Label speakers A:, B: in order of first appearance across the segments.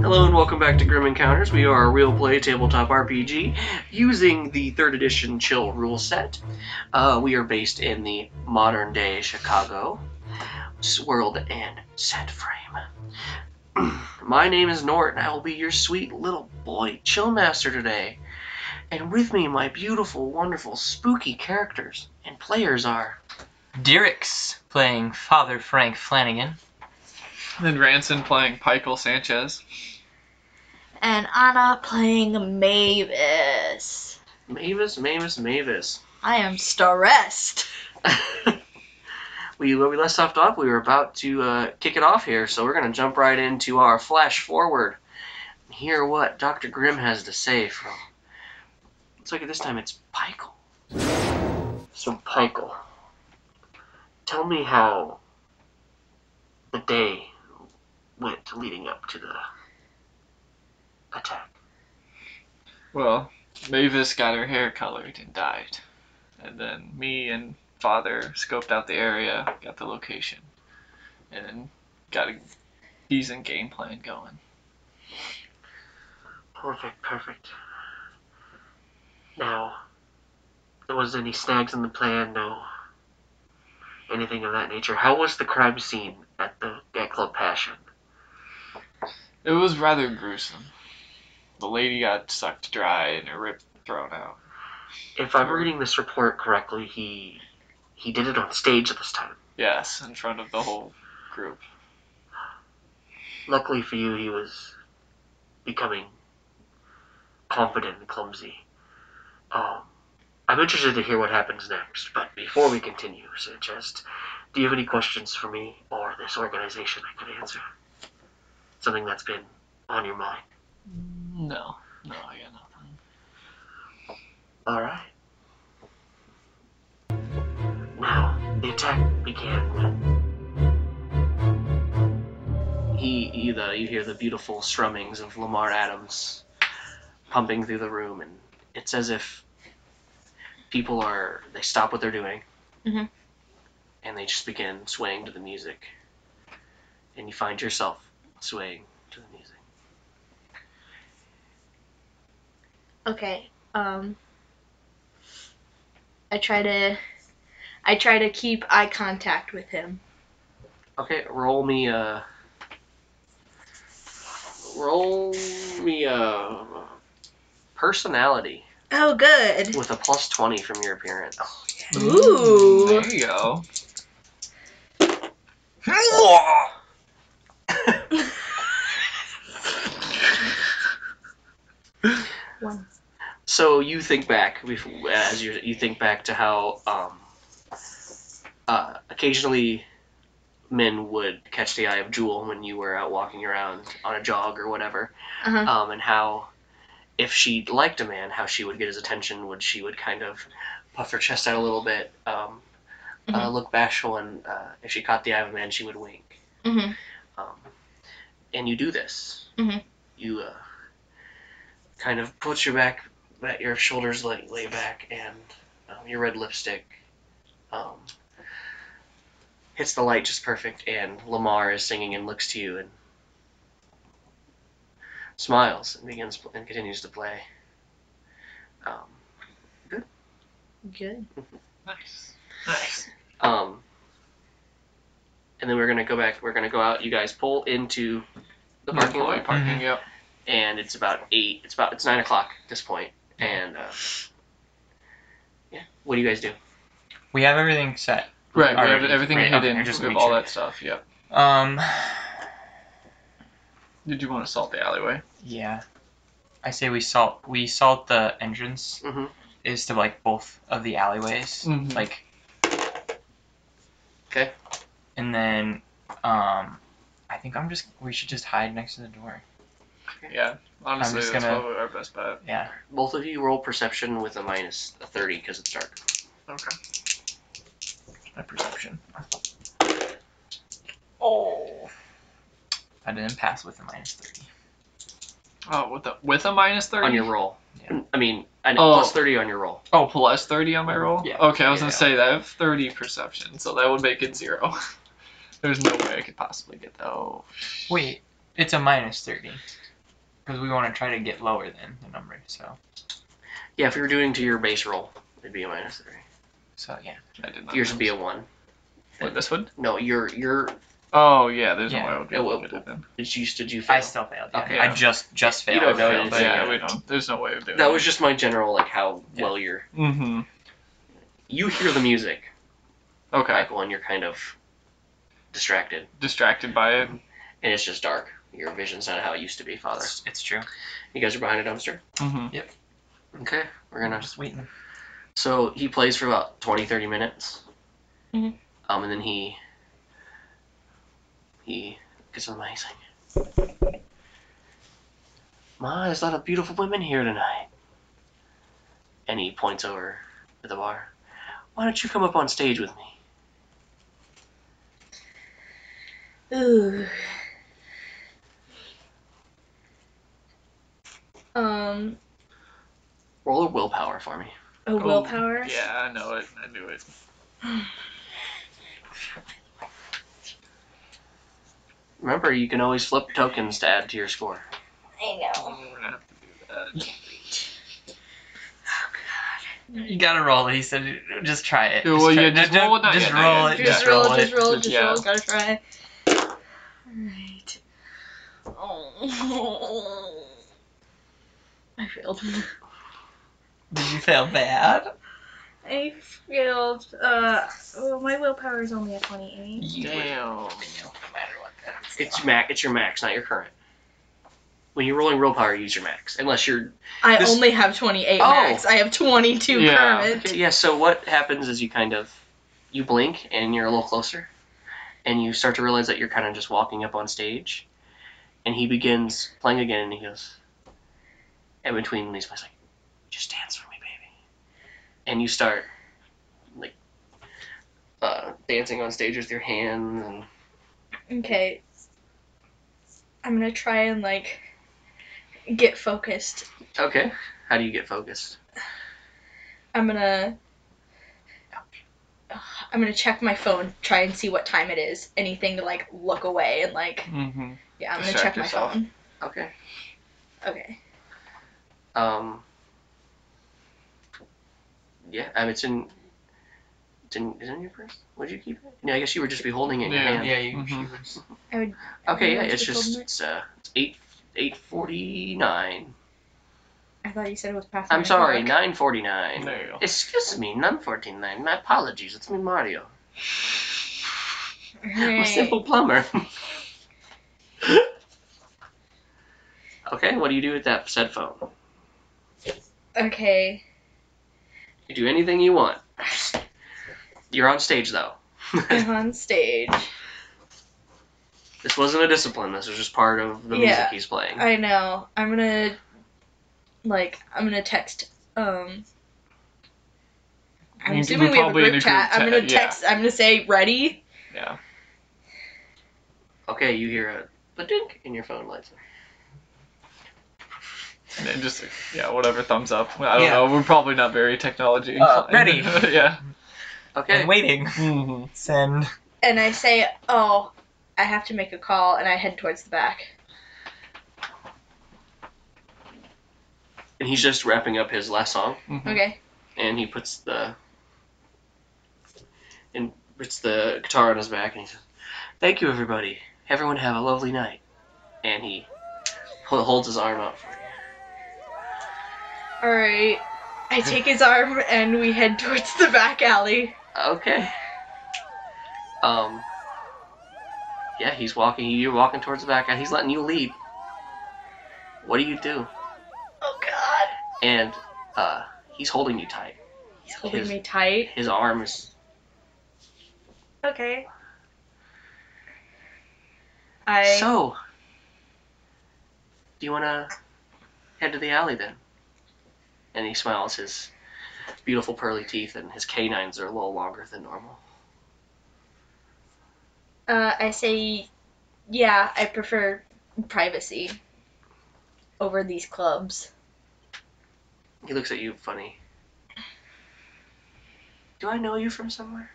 A: Hello and welcome back to Grim Encounters. We are a real play tabletop RPG using the third edition chill rule set. Uh, we are based in the modern day Chicago swirled and set frame. My name is Nort, and I will be your sweet little boy chill master today. And with me, my beautiful, wonderful, spooky characters and players are.
B: Dirks playing Father Frank Flanagan.
C: And Ranson playing Michael Sanchez.
D: and Anna playing Mavis.
A: Mavis, Mavis, Mavis.
D: I am stressed.
A: we where we left off off, we were about to uh, kick it off here, so we're gonna jump right into our flash forward. and Hear what Doctor Grimm has to say from. Let's look at this time. It's Pikel. So Pikel, tell me how the day went leading up to the attack.
C: Well, Mavis got her hair colored and dyed. And then me and father scoped out the area, got the location, and then got a decent game plan going.
A: Perfect, perfect. Now, there wasn't any snags in the plan, no anything of that nature. How was the crime scene at the at Club Passion?
C: It was rather gruesome. The lady got sucked dry and her rib thrown out.
A: If I'm reading this report correctly, he he did it on stage this time.
C: Yes, in front of the whole group.
A: Luckily for you, he was becoming confident and clumsy. Um, I'm interested to hear what happens next, but before we continue, Sanchez, do you have any questions for me or this organization I could answer? Something that's been on your mind?
C: No, no, I got nothing.
A: All right. Now the attack began. He, you though, you hear the beautiful strummings of Lamar Adams pumping through the room, and it's as if people are they stop what they're doing,
D: Mhm.
A: and they just begin swaying to the music, and you find yourself swaying to the music.
D: Okay. Um. I try to. I try to keep eye contact with him.
A: Okay, roll me uh, a. Roll me a. Personality
D: Oh, good.
A: with a plus 20 from your appearance.
D: Ooh.
C: There you go.
D: One.
A: So you think back, bef- as you, you think back to how um, uh, occasionally men would catch the eye of Jewel when you were out walking around on a jog or whatever.
D: Uh huh.
A: um, and how if she liked a man, how she would get his attention, would she would kind of puff her chest out a little bit, um, uh,
D: Mhm.
A: look bashful, and uh, if she caught the eye of a man, she would wink.
D: Mhm.
A: Um, and you do this.
D: Mhm.
A: You uh, kind of put your back, back your shoulders lay, lay back, and um, your red lipstick um, hits the light just perfect, and Lamar is singing and looks to you and smiles and begins pl- and continues to play. Um,
D: Good.
C: Nice. Nice.
A: um, and then we're gonna go back. We're gonna go out. You guys pull into the parking lot,
C: Parking,
B: Mm-hmm.
C: yep.
A: and it's about eight. It's about it's nine o'clock at this point, and uh, yeah. What do you guys do?
B: We have everything set.
C: Right, we have
B: Already.
C: everything
B: Right, okay,
C: hidden.
B: just
C: we have
B: make
C: all
B: sure.
C: that stuff, yep.
B: Um,
C: Did you want to salt the alleyway?
B: yeah. I say we salt. We salt the entrance
A: Mm-hmm.
B: is to like both of the alleyways,
C: Mhm.
B: like.
A: Okay.
B: And then, um, I think I'm just. We should just hide next to the door.
C: Yeah, honestly,
B: just
C: that's
B: gonna-
C: probably our best bet.
B: Yeah.
A: Both of you roll perception with a minus a thirty because it's dark.
C: Okay.
B: My perception. Oh. I didn't pass with a minus thirty.
C: Oh, with a with a minus thirty.
A: on your roll.
B: Yeah.
A: I mean, an
C: Oh.
A: plus thirty on your roll.
C: oh, plus thirty on my roll.
B: Yeah.
C: Okay, I was gonna
B: Yeah.
C: say that I have thirty perception, so that would make it zero. There's no way I could possibly get that. Oh.
B: Wait, it's a minus thirty. because we want to try to get lower than the number. So,
A: Yeah, if you're doing to your base roll, it'd be a minus three.
B: so yeah.
C: I did not.
A: Yours would be
C: notice.
A: a one.
C: What, this one?
A: No, your your
C: Oh yeah, there's
B: Yeah,
C: no way I would be
A: it
C: able
A: will-
C: to do it then.
A: it's used to do
B: I
A: fail.
B: still failed. Yeah.
A: Okay.
B: I just just
A: You don't
B: failed. so
A: fail,
B: it's
A: but
B: like,
A: yeah.
C: yeah, we don't. There's no way of doing
A: That
C: it.
A: was just my general like how
B: Yeah.
A: well you're.
C: Mm-hmm.
A: You hear the music,
C: Okay.
A: Michael, and you're kind of distracted,
C: Distracted by it.
A: and it's just dark. Your vision's not how it used to be, Father.
B: It's, it's true.
A: You guys are behind a dumpster.
C: Mm-hmm.
A: Okay, we're gonna.
B: just waiting.
A: So he plays for about 20, 30 minutes.
D: Mhm.
A: Um, and then he he gets on the mic. He's like, "Ma, there's a lot of beautiful women here tonight." And he points over to the bar. Why don't you come up on stage with me?
D: Ooh. Um,
A: Roll a willpower for me.
D: a willpower.
C: Yeah, I know it. I knew it.
A: Remember, you can always flip tokens to add to your score.
D: I know. Oh,
C: We're gonna have to do
B: You gotta roll it. He said, just try it.
C: Yeah, well,
B: try-
C: yeah, just
B: no,
C: roll it,
B: no,
C: not
B: Just
C: yet, not
B: roll
C: yet.
B: it.
C: Yeah.
D: Just roll,
B: it.
D: just roll, just
C: Yeah.
D: roll. Gotta try. Alright. Oh. I failed.
B: Did you fail bad?
D: I failed. Uh, well, my willpower is only a 28.
B: You
C: that.
B: would
C: Damn.
B: fail no matter what. That's
A: It's your max. It's your max, not your current. When you're rolling willpower, use your max, unless you're
D: I
A: This-
D: only have 28
A: Oh.
D: max. I have 22
C: Yeah.
A: Okay,
D: current.
A: yeah, so what happens is you kind of you blink and you're a little closer and you start to realize that you're kind of just walking up on stage and he begins playing again and he goes in between these plays like just dance for me baby and you start like uh, dancing on stage with your hands and
D: Okay. I'm gonna try and, like, get focused.
A: okay how do you get focused
D: I'm gonna. I'm gonna check my phone, try and see what time it is. Anything to like look away and like,
C: Mm-hmm.
D: yeah, I'm gonna
C: Distract
D: check my
C: yourself.
D: phone.
A: okay
D: Okay.
A: Um. Yeah, um, it's in. It's in, is it in your purse? Would you keep it? No, I guess you would just be holding it in your
C: Yeah.
A: hand.
B: Yeah, you,
C: Mhm.
B: you
A: Mm-hmm.
B: would-
A: Okay, yeah,
D: Yeah,
A: it's
D: just
A: just
D: holding it.
A: it's uh it's eight eight forty nine.
D: I thought you said it was past.
A: I'm
D: nine
A: sorry,
D: o'clock.
A: nine forty nine.
C: There you go.
A: Excuse me, nine forty nine. My apologies. It's me, Mario. I'm a
D: Alright.
A: simple plumber. okay, what do you do with that said phone?
D: Okay.
A: You do anything you want. You're on stage though.
D: I'm on stage.
A: This wasn't a discipline. This was just part of the
D: Yeah.
A: music he's playing.
D: I know. I'm gonna, like, I'm gonna text. Um. I'm
C: We-
D: assuming
C: we're
D: we have a
C: probably in
D: group,
C: a
D: chat.
C: group
D: I'm gonna
C: chat, yeah.
D: text. I'm gonna say ready.
C: Yeah.
A: Okay, you hear a but dink and your phone lights up.
C: And then just yeah, whatever. Thumbs up. I don't
B: Yeah.
C: know. We're probably not very technology.
B: Uh,
C: inclined.
B: ready.
C: yeah.
A: Okay.
B: I'm waiting.
C: Mm-hmm.
B: Send.
D: And I say, oh, I have to make a call, and I head towards the back.
A: And he's just wrapping up his last song
C: Mm-hmm.
D: Okay.
A: and he puts the and puts the guitar on his back and he says, Thank you everybody. Everyone have a lovely night. And he ho- holds his arm out for you.
D: All right. I take his arm and we head towards the back alley.
A: Okay. Um Yeah, he's walking you're walking towards the back and he's letting you lead. What do you do?
D: Oh God.
A: And uh he's holding you tight.
D: He's holding
A: His-
D: me tight.
A: His arm is
D: Okay. I
A: So, do you want to head to the alley then? And he smiles his beautiful pearly teeth, and his canines are a little longer than normal.
D: uh, I say, yeah, I prefer privacy over these clubs.
A: He looks at you funny. Do I know you from somewhere?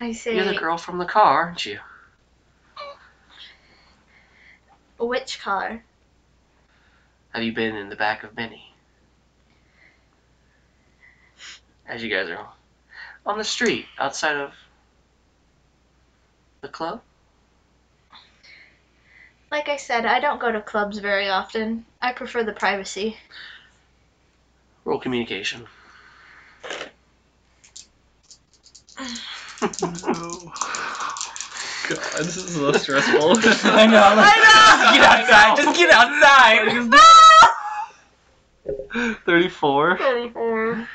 D: I say,
A: You're the girl from the car, aren't you?
D: Which color?
A: Have you been in the back of many? As you guys are on the street outside of the club?
D: Like I said, I don't go to clubs very often. I prefer the privacy.
A: Roll communication.
C: No. God, this is so stressful.
B: I know.
D: I
B: Get outside. Just get outside.
C: Thirty-four.
D: Thirty-four.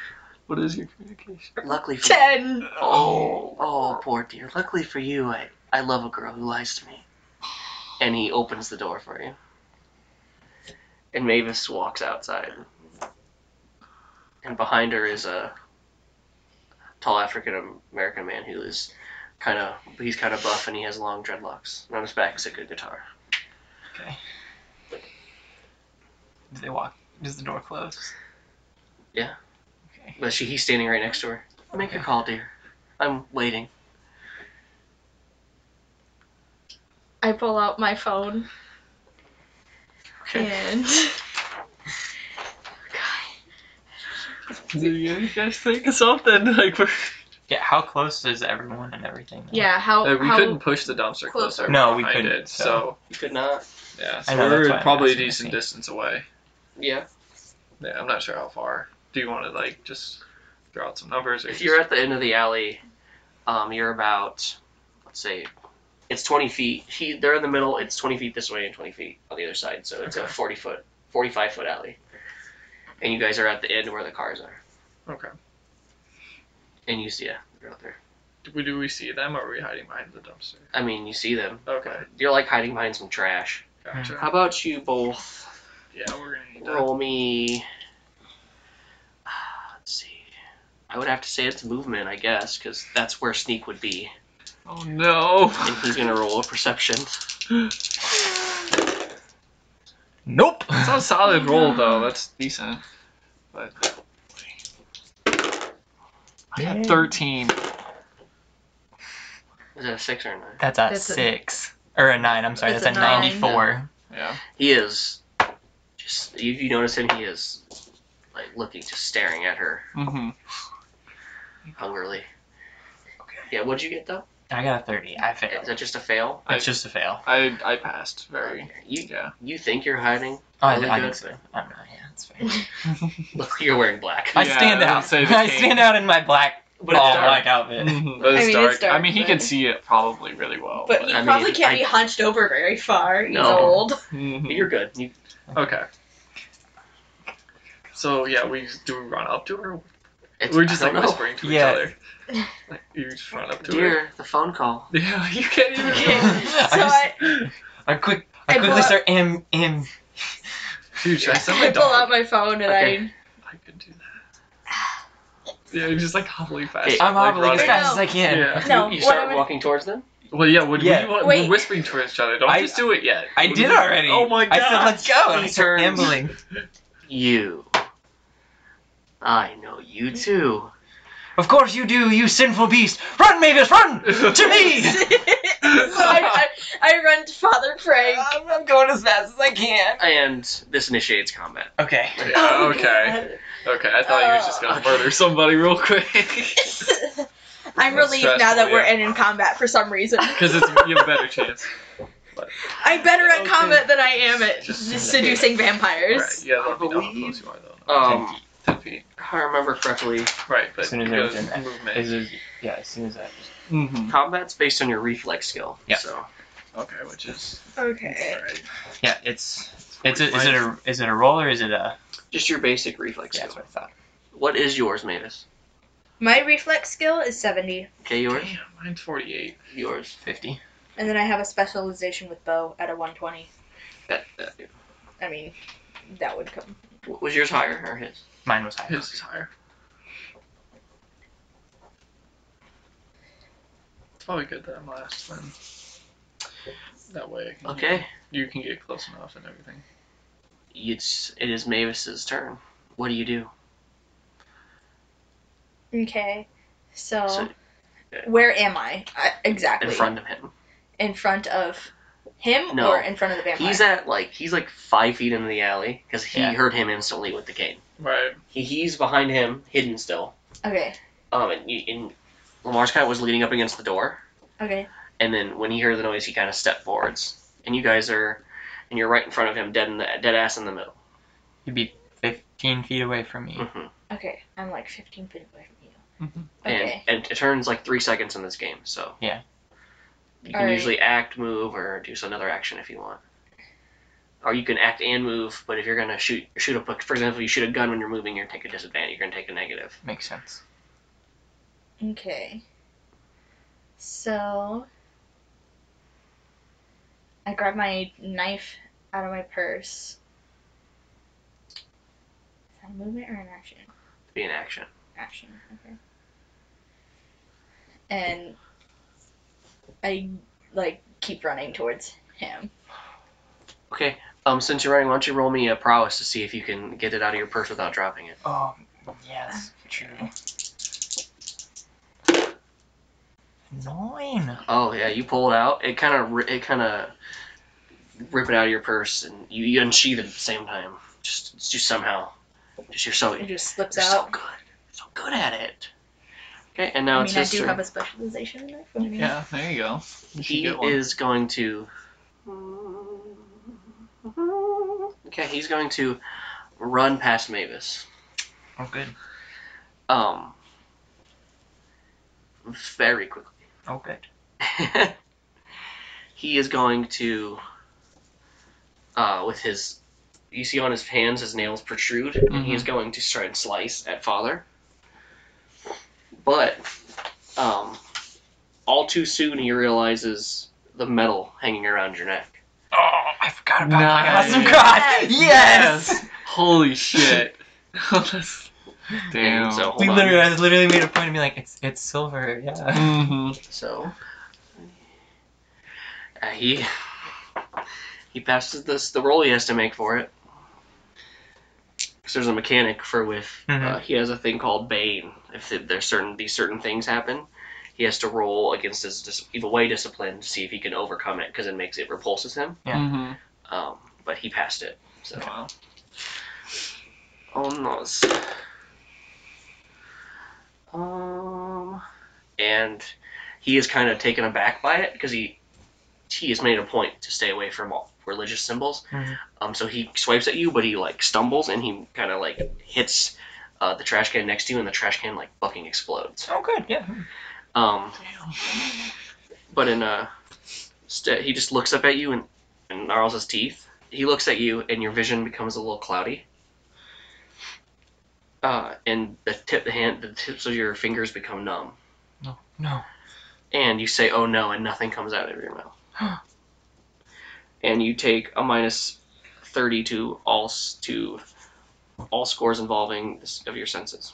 C: What is your communication?
A: Luckily for
D: Ten.
A: Oh, oh, poor dear. Luckily for you, I, I love a girl who lies to me. And he opens the door for you. And Mavis walks outside. And behind her is a tall African American man who is kind of he's kind of buff and he has long dreadlocks. And on his back is a good guitar.
B: Does they walk? Does the door close?
A: Yeah.
B: Okay.
A: But she he's standing right next to her. Make your call, dear. I'm waiting.
D: I pull out my phone
A: Okay.
D: and
C: Do you guys think of something like? We're...
B: Yeah. How close is everyone and everything? though?
D: yeah, how
C: Like, Uh, we
D: how
C: couldn't push the dumpster
D: close
C: closer.
D: are
B: No, we
C: behind
B: couldn't,
C: it,
B: so-
C: so
A: You could not.
C: yeah,
B: I
C: so
B: know, that's why
C: we're
B: I'm
C: probably a
B: asking, I
C: decent
B: think.
C: distance away.
A: Yeah.
C: Yeah, I'm not sure how far. Do you want to like just throw out some numbers? Or
A: If you're
C: just-
A: at the end of the alley, um, you're about, let's say, it's 20 feet. He, they're in the middle. It's 20 feet this way and 20 feet on the other side. So it's a
C: Okay.
A: 40 foot, 45 foot alley. And you guys are at the end where the cars are.
C: okay.
A: And you see, yeah, they're out there.
C: Do we, do we see them, or are we hiding behind the dumpster?
A: I mean, you see them.
C: Okay,
A: You're like hiding behind some trash.
C: gotcha.
A: How about you both
C: Yeah, we're gonna need that.
A: roll me? Ah, Let's see. I would have to say it's movement, I guess, because that's where sneak would be.
C: Oh no!
A: And he's gonna roll a perception.
B: Nope.
C: That's not a solid roll though. That's decent. But I got thirteen.
A: Is that a six or a nine?
B: That's a
D: That's a-
B: six or a nine. I'm sorry.
D: That's
B: That's,
D: a
B: a,
D: nine.
B: ninety-four.
C: Yeah.
A: He is just if you notice him, he is like looking, just staring at her
C: Mm-hmm.
A: hungrily. Yeah, what'd you get though?
B: I got a thirty. I failed.
A: Is that just a fail? Uh,
C: I-
B: It's just a fail.
C: I I passed very.
A: You
C: Yeah.
A: you think you're hiding?
B: Oh, I,
A: Really
B: I
A: good.
B: think so. I don't know. Yeah, that's fair.
A: Look, you're wearing black.
B: I Oh,
C: Yeah,
B: stand
C: I would
B: out.
C: say the
B: I
C: king.
B: stand out in my black
A: But it's
B: ball
A: dark.
B: black outfit.
C: Mhm, But
D: I
C: it's
D: mean, it's
C: dark. I
D: dark,
C: mean, he
D: but-
C: can see it probably really well.
D: But
A: I
D: you
A: mean,
D: probably can't
A: I-
D: be hunched over very far. He's
A: No.
D: old.
C: Mhm.
A: You're good. You,
C: okay. So yeah, we do we run up to her.
A: it's,
C: We're just
A: I
C: like
A: don't know.
C: whispering to
B: Yeah.
C: each other. Like, you just run up to her.
A: Dear, the phone call.
C: Yeah, you can't even.
D: Yeah.
B: I
D: So
B: just-
D: I,
B: I quick.
D: I
B: I
D: pull
B: quickly
D: up-
B: start am am.
C: Dude, I sent
D: I
C: my
D: pull out
C: dog.
D: my phone and
A: Okay.
C: I could do that. Yeah, you're just like hobbling fast.
A: Okay.
B: I'm
C: like,
B: hobbling as
C: running.
D: guy.
B: fast as I can.
C: Yeah.
D: I no.
A: you, you
D: what
A: start
D: I would-
A: walking towards them.
C: Well, yeah. Would
B: Yeah.
C: we want,
D: Wait.
C: we're whispering to each other. Don't
B: I-
C: just do it yet.
B: I
C: What
B: did
C: do you-
B: already.
C: Oh my god.
B: I said let's go. And
A: He
B: I start
A: turns.
B: ambling.
A: You. I know
D: Mm-hmm.
A: you too.
B: Of course you do, you sinful beast. Run, Mavis, run to me.
D: so I, I, I run to Father Frank.
B: I'm, I'm going as fast as I can.
A: And this initiates combat.
B: Okay.
C: Yeah, okay. Okay. I thought you were just
A: Uh.
C: gonna murder somebody real quick.
D: I'm
C: That's
D: relieved now that
C: stressful,
D: we're
C: yeah.
D: in, in combat for some reason.
C: Because it's you have a better chance.
D: I'm better at
C: Okay.
D: combat than I am at
C: Just-
D: just seducing vampires.
C: Right. Yeah, that'll be not how
A: believe-
C: close you are though.
A: Um,
C: Ten feet.
A: if I remember correctly,
C: Right, but
B: As soon as
C: it
B: they're
C: goes
B: within that.
C: movement.
B: yeah, as soon as that.
C: Mm-hmm.
A: combat's based on your reflex skill.
B: Yeah.
A: So
C: Okay, which is
D: Okay.
C: alright.
B: Yeah, it's it's a, is it a is it a roll or is it a?
A: just your basic reflex
B: Yeah, that's
A: skill.
B: what I thought.
A: What is yours, Mavis?
D: My reflex skill is 70,
A: Okay, yours.
C: Damn, mine's forty-eight.
A: Yours.
B: Fifty.
D: and then I have a specialization with bow at a 120.
A: That, that-
D: I mean, that would come.
A: was yours higher or his?
B: Mine was higher.
C: His is higher. It's probably good that I'm last then. That way I can
A: Okay.
C: you can get close enough and everything.
A: It's it is Mavis's turn. What do you do?
D: Okay. So,
A: So-
D: where am I? I Oh, exactly.
A: In front of him.
D: in front of Him
A: No.
D: or in front of the vampire?
A: He's at like he's like five feet into the alley because he
B: Yeah.
A: heard him instantly with the cane.
C: Right.
A: He, he's behind him, hidden still.
D: okay.
A: Um, and, you- and Lamar's cat was leaning up against the door,
D: Okay.
A: and then when he heard the noise, he kind of stepped forwards, and you guys are, and you're right in front of him, dead in the dead ass in the middle.
B: You'd be 15 feet away from me.
A: hmm
D: Okay. I'm like 15 feet away from you.
A: Mm-hmm.
C: Mhm.
D: Okay.
A: And, and it turns like three seconds in this game, so
B: Yeah.
A: You can
D: Alright.
A: usually act, move, or do some other action if you want. Or you can act and move, but if you're gonna shoot shoot a for example, you shoot a gun when you're moving, you're gonna take a disadvantage. You're gonna take a negative.
B: Makes sense.
D: Okay. So I grab my knife out of my purse. Is that a movement or an action?
A: to Be an action.
D: Action. Okay. And I like keep running towards him.
A: Okay. Um, since you're running, why don't you roll me a prowess to see if you can get it out of your purse without dropping it?
B: Oh, yes, true. Nine.
A: Oh yeah, you pull it out. It kind of it kind of rip it out of your purse, and you, you unsheath it at the same time. Just it's just somehow, just you're so
D: It
A: you're
D: just slips
A: so
D: out.
A: good, so good at it. Okay, and now
D: I
A: it's
D: mean, I
A: his
D: do
A: turn.
D: have a specialization in knife. I mean,
C: Yeah, there you go. You should
A: he
C: get one.
A: is going to. Okay, he's going to run past Mavis.
B: Oh, good.
A: Um, very quickly.
B: Oh, good.
A: he is going to uh, with his you see on his hands his nails protrude and he's going to try and slice at father but um, all too soon he realizes the metal hanging around your neck
B: Oh, I forgot about
C: Nice.
B: my awesome god.
D: Yes.
B: Yes.
C: Holy shit. Damn.
A: And so hold
B: We
A: on.
B: literally, I literally made a point of being like, it's it's silver. Yeah.
C: hmm
A: so uh, he he passes this the roll he has to make for it because there's a mechanic for with uh,
B: Mhm.
A: he has a thing called bane if th- there's certain these certain things happen he has to roll against his dis- evil way discipline to see if he can overcome it because it makes it repulses him
B: Yeah.
C: hmm
A: um, but he passed it so
C: Wow.
A: almost um and he is kind of taken aback by it because he he has made a point to stay away from all religious symbols
B: Mhm.
A: um so he swipes at you but he like stumbles and he kind of like hits uh, the trash can next to you and the trash can like fucking explodes
B: Oh, good. Yeah.
A: um but in uh st- he just looks up at you and, and gnarls his teeth he looks at you and your vision becomes a little cloudy uh and the tip the hand the tips of your fingers become numb
B: No. No.
A: and you say oh no and nothing comes out of your mouth and you take a minus 30 to all s- to all scores involving this, of your senses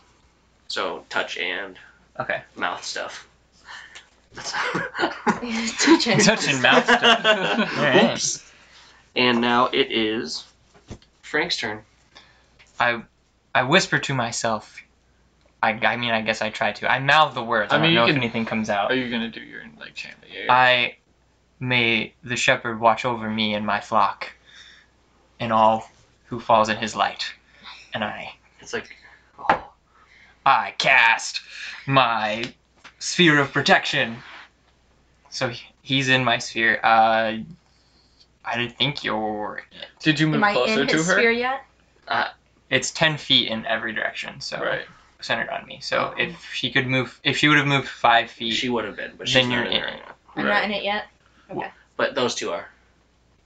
A: so touch and
B: Okay.
A: mouth stuff That's-
D: Touch it.
B: Touch and mouth stuff.
C: Oh,
B: Alright.
A: Oops. And now it is Frank's turn.
B: I, I whisper to myself. I, I mean, I guess I try to. I mouth the words.
C: I
B: I,
C: mean,
B: don't know
C: you can- Oh,
B: if anything comes out.
C: Are you gonna do your like chandelier?
B: I may the shepherd watch over me and my flock and all who falls in his light. And I
A: It's like, oh,
B: I cast my sphere of protection. So he- he's in my sphere. Uh I didn't think you're
C: Did you move
D: Am I
C: closer
D: in
C: to
D: his
C: her?
D: sphere yet?
B: it's 10 feet in every direction, so
C: Right.
B: centered on me. So if she could move, if she would have moved five feet,
A: she would have been, but she's
B: Then
A: not
B: you're
A: in
B: in
A: there
B: it.
A: right now.
D: I'm
C: Right.
D: not in it yet.
A: But those two are.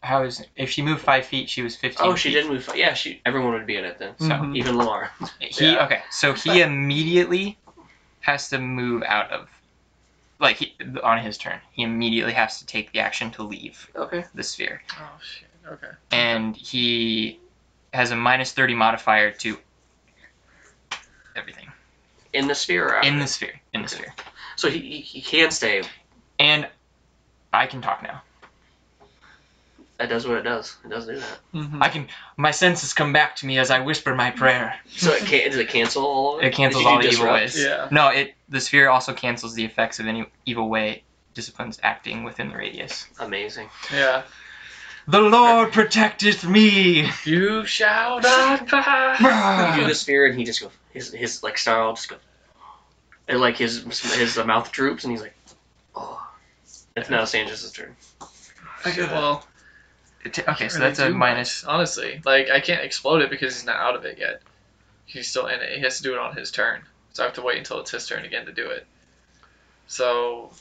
B: how is if she moved five feet, she was 15.
A: Oh, she
B: feet.
A: did move. fi- Yeah, she. Everyone would be in it then.
B: So-
C: Mhm.
A: Even Lamar.
B: He
C: Yeah.
B: okay, so he immediately has to move out of, like he, on his turn. He immediately has to take the action to leave
A: Okay.
B: the sphere,
C: Oh shit. Okay.
B: and he has a minus thirty modifier to everything
A: In the sphere. Or out?
B: in the sphere, in the sphere,
A: So he, he he can stay.
B: and I can talk now.
A: That does what it does. It does do that.
C: Mhm.
B: Mm-hmm. I can my senses come back to me as I whisper my prayer.
A: So it can. Does it cancel all of it?
B: It cancels
A: Did you
B: all the evil
A: disrupt?
B: ways.
C: Yeah.
B: No, it the sphere also cancels the effects of any evil way disciplines acting within the radius.
A: Amazing.
C: Yeah.
B: The Lord protecteth me.
C: You shall not pass.
A: you do the sphere, and he just goes. His his like snarl just goes. And like his his uh, mouth droops, and he's like, oh. It's now Sanchez's turn.
C: okay, well,
B: T- Okay, so
C: really
B: that's a
C: do
B: minus.
C: honestly, like I can't explode it because he's not out of it yet. He's still in it. He has to do it on his turn, so I have to wait until it's his turn again to do it. So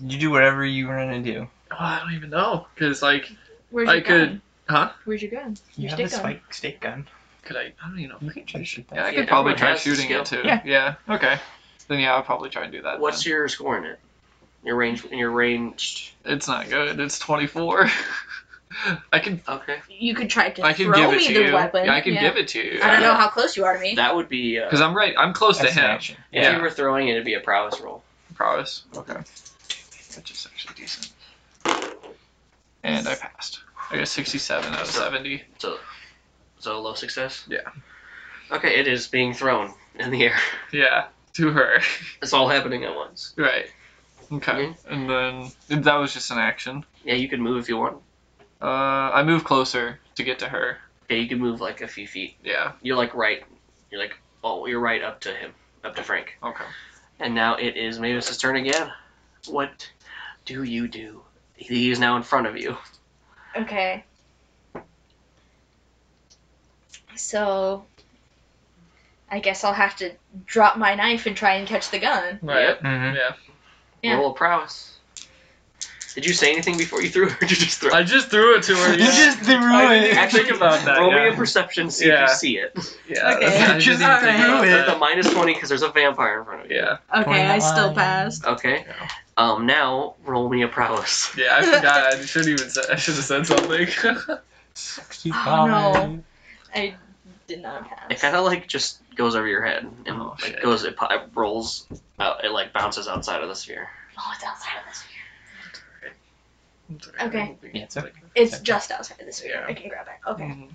B: You do whatever you want to do.
C: oh, I don't even know because like
D: Where's
C: I
D: your
C: could-
D: gun?
C: Huh?
D: Where's your gun?
B: You
D: Your
B: have a
D: stick gun.
B: spike stake gun.
C: could I? I don't even know.
B: You can try to shoot
C: Yeah, I
B: that.
C: could
A: Yeah,
C: probably
A: everyone
C: try
A: has the
C: shooting it too.
A: skill.
B: Yeah.
C: Okay. Then yeah, I'll probably try and do that.
A: What's your score in it? Your range. Your ranged.
C: then. It's not good. It's twenty four. I can
A: Okay.
D: You could try to
C: I can
D: throw
C: give it
D: me
C: to
D: the
C: you.
D: weapon.
C: Yeah, I can
D: Yeah.
C: give it to you.
D: I don't know how close you are to me.
A: That would be. Uh,
C: Because I'm right. I'm close
B: That's
C: to
B: an
C: him.
B: action.
A: if
C: yeah.
A: you were throwing it, it'd be a prowess roll.
C: Prowess. Okay. Which is actually decent. And I passed. I got 67 out of 70.
A: So a low success.
C: Yeah.
A: Okay, it is being thrown in the air.
C: Yeah, to her.
A: It's all happening at once.
C: right. Okay. And then that was just an action.
A: Yeah, you can move if you want.
C: Uh, I move closer to get to her.
A: Yeah, you can move like a few feet.
C: Yeah.
A: You're like right. You're like oh, you're right up to him, up to Frank.
C: Okay.
A: And now it is Mavis's turn again. What do you do? He is now in front of you.
D: Okay. So I guess I'll have to drop my knife and try and catch the gun.
C: Right.
B: Mhm.
C: Yeah.
D: Yeah.
A: Roll a prowess. Did you say anything before you threw, it, or did you just throw?
C: I just threw it to her.
B: You
C: yeah.
B: just threw
C: I didn't
B: it.
C: even think about that.
A: Roll me
C: yeah.
A: a
D: Oh,
A: perception, see
C: Yeah.
A: if you see it.
C: yeah,
D: Okay.
C: that's- I
B: Just
C: didn't even think
D: threw
C: about
B: it.
A: With a
C: that.
A: minus twenty, because there's a vampire in front of you.
C: Yeah.
D: Okay, I still
B: Twenty-one.
D: passed.
A: Okay.
C: Yeah.
A: Um. Now roll me a prowess.
C: Yeah, I forgot. I shouldn't even. Say, I should have said something.
B: Sixty-five.
D: Oh, I did not pass.
A: It kind of like just goes over your head and
C: Oh,
A: like
C: shit.
A: goes. It, po- it rolls. Out, it like bounces outside of the sphere.
D: Oh, it's outside of the sphere. Okay.
B: Yeah, it's okay.
D: It's just outside of the sphere.
C: Yeah.
D: I can grab it. Okay.
C: Mhm.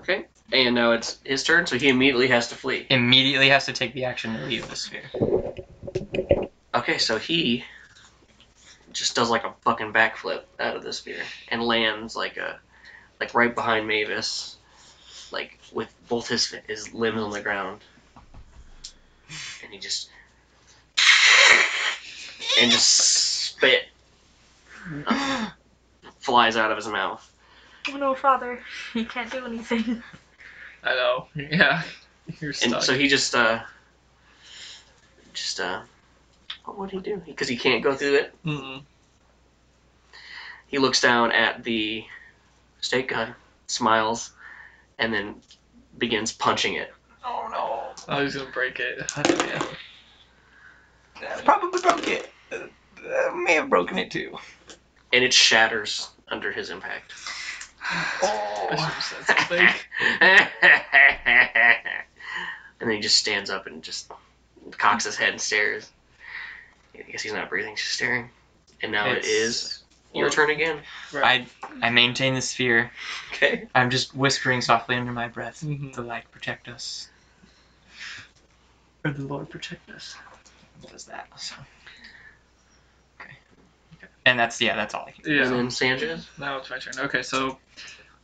A: Okay. And now it's his turn, so he immediately has to flee.
B: Immediately has to take the action to leave the sphere.
A: Okay, so he just does like a fucking backflip out of the sphere and lands like a like right behind Mavis, like with both his his limbs on the ground, and he just and just spit um, flies out of his mouth.
D: Oh, no, father. You can't do anything.
C: I know. Yeah. You're
A: And
C: stuck.
A: so he just uh just uh what would he do? Because he can't go through it.
C: Mm-mm.
A: He looks down at the stake gun, smiles, and then begins punching it.
B: Oh no!
C: Oh, he's gonna break it. Yeah.
B: probably broke it. Uh, may have broken it too.
A: And it shatters under his impact.
C: I should
B: Oh.
C: have said something.
A: and then he just stands up and just cocks his head and stares. I guess he's not breathing, he's just staring. And now it's...
B: It's-
A: your turn again.
B: I I maintain the sphere.
A: Okay.
B: I'm just whispering softly under my breath.
C: Mhm.
B: The light protect us. Or the Lord protect us. What is that? So. Okay. And that's yeah, that's all I can.
A: And
C: Yeah.
A: then Sanchez?
C: Now it's my turn. Okay, so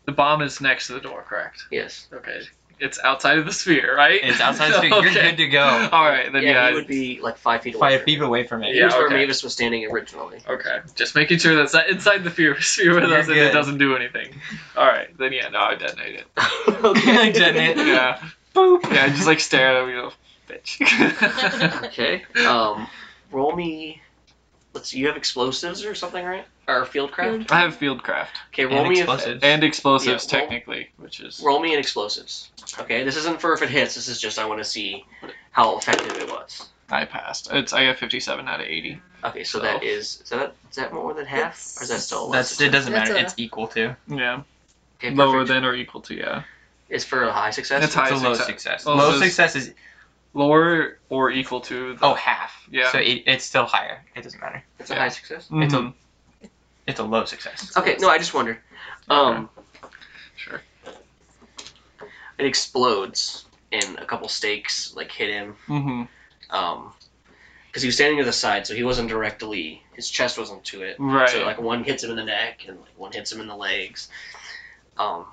C: the bomb is next to the door, correct?
A: Yes.
C: Okay. It's outside of the sphere, right?
B: It's outside the sphere. You're
C: Okay.
B: good to go.
C: All right, then
A: yeah,
C: yeah.
A: he would be like five feet away.
B: Five
A: from
B: feet away from it.
A: Here's
C: Yeah,
A: where
C: okay.
A: Mavis was standing originally.
C: Okay, just making sure that's not inside the sphere, sphere with
B: You're
C: us and it
B: good.
C: doesn't do anything. All right, then yeah, no, I detonate it.
B: I detonate.
C: Yeah,
B: Boop.
C: yeah, I just like stare at him, you know, bitch.
A: Okay. Um, roll me. Let's. You have explosives or something, right? Or field craft?
C: I have field craft
A: Okay. Roll
B: and
A: me.
B: explosives.
C: and explosives
A: Yeah, well-
C: technically, which is
A: A, roll me an explosives. Okay. This isn't for if it hits. This is just I want to see how effective it was.
C: I passed. It's I got 57 out of 80.
A: Okay. So that
C: So-
A: is. Is that is that more than half? Or is that still? less
B: That's
A: than
B: it. Doesn't
D: That's
B: matter.
D: a-
B: It's equal to.
C: Yeah,
A: half? Okay,
C: lower
A: perfect.
C: than or equal to yeah.
A: It's for a high success.
C: It's high.
B: It's a low
C: success.
B: success.
C: Oh, Well,
B: low
C: those-
B: success is
C: Lower or equal to. The,
B: oh half.
C: Yeah.
B: So it, it's still higher. It doesn't matter.
A: It's a
C: Yeah.
A: high success.
C: Mhm.
B: it's a- It's a low success.
A: Okay. No, I just wondered. Um,
C: sure.
A: it explodes, and a couple stakes like hit him.
C: Mm-hmm.
A: Um, because he was standing to the side, so he wasn't directly. His chest wasn't to it.
C: Right.
A: So like one hits him in the neck and like one hits him in the legs. Um,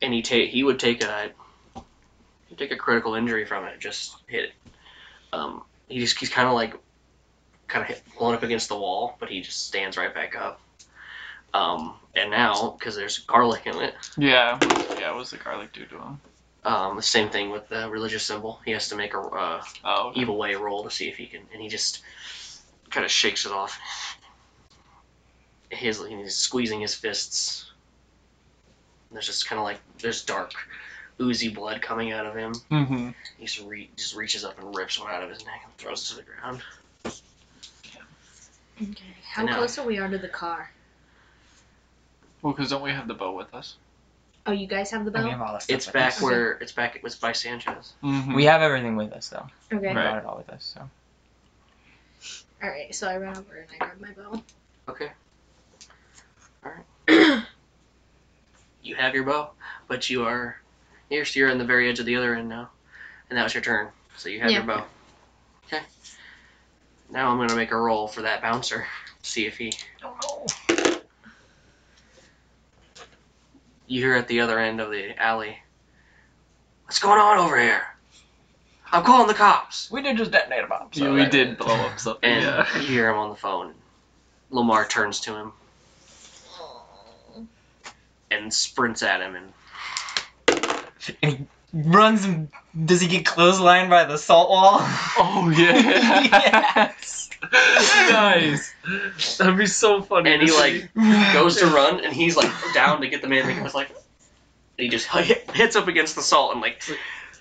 A: and he take he would take a he'd take a critical injury from it. Just hit it. Um, he just he's kind of like kind of blown up against the wall, but he just stands right back up. Um, and now because there's garlic in it,
C: yeah. Yeah. What's the garlic do to him?
A: um, the same thing with the religious symbol. He has to make a uh,
C: Oh. okay.
A: evil way roll to see if he can, and he just kind of shakes it off. He's, he's squeezing his fists. There's just kind of like there's dark, oozy blood coming out of him.
C: Mm-hmm.
A: He just, re- just reaches up and rips one out of his neck and throws it to the ground.
D: Okay. How
A: No.
D: close are we onto the car?
C: Well, because don't we have the bow with us?
D: Oh, you guys have the
B: And we
D: bell?
B: have all this stuff
A: It's
B: with
A: back
B: us.
A: where it's back. It was by Sanchez.
C: Mm-hmm.
B: We have everything with us though.
D: Okay.
B: We
C: Right.
B: got it all with us. So
D: All right. So I run over and I grab my bow.
A: Okay. All right. you have your bow, but you are you're, you're in the very edge of the other end now, and that was your turn. So you have
D: Yeah.
A: your bow. Okay. Now I'm gonna make a roll for that bouncer. See if he. You hear at the other end of the alley. What's going on over here? I'm calling the cops.
B: we did just detonate a bomb.
C: Yeah, we did blow up something.
A: And
C: yeah.
A: you hear him on the phone. Lamar turns to him and sprints at him and
B: And he runs. and- Does he get clotheslined by the salt wall?
C: Oh yeah.
B: Yes.
C: nice. That'd be so funny.
A: And he,
C: to
A: like,
C: see.
A: goes to run and he's like down to get the man. And he was like, and he just hit- hits up against the salt and like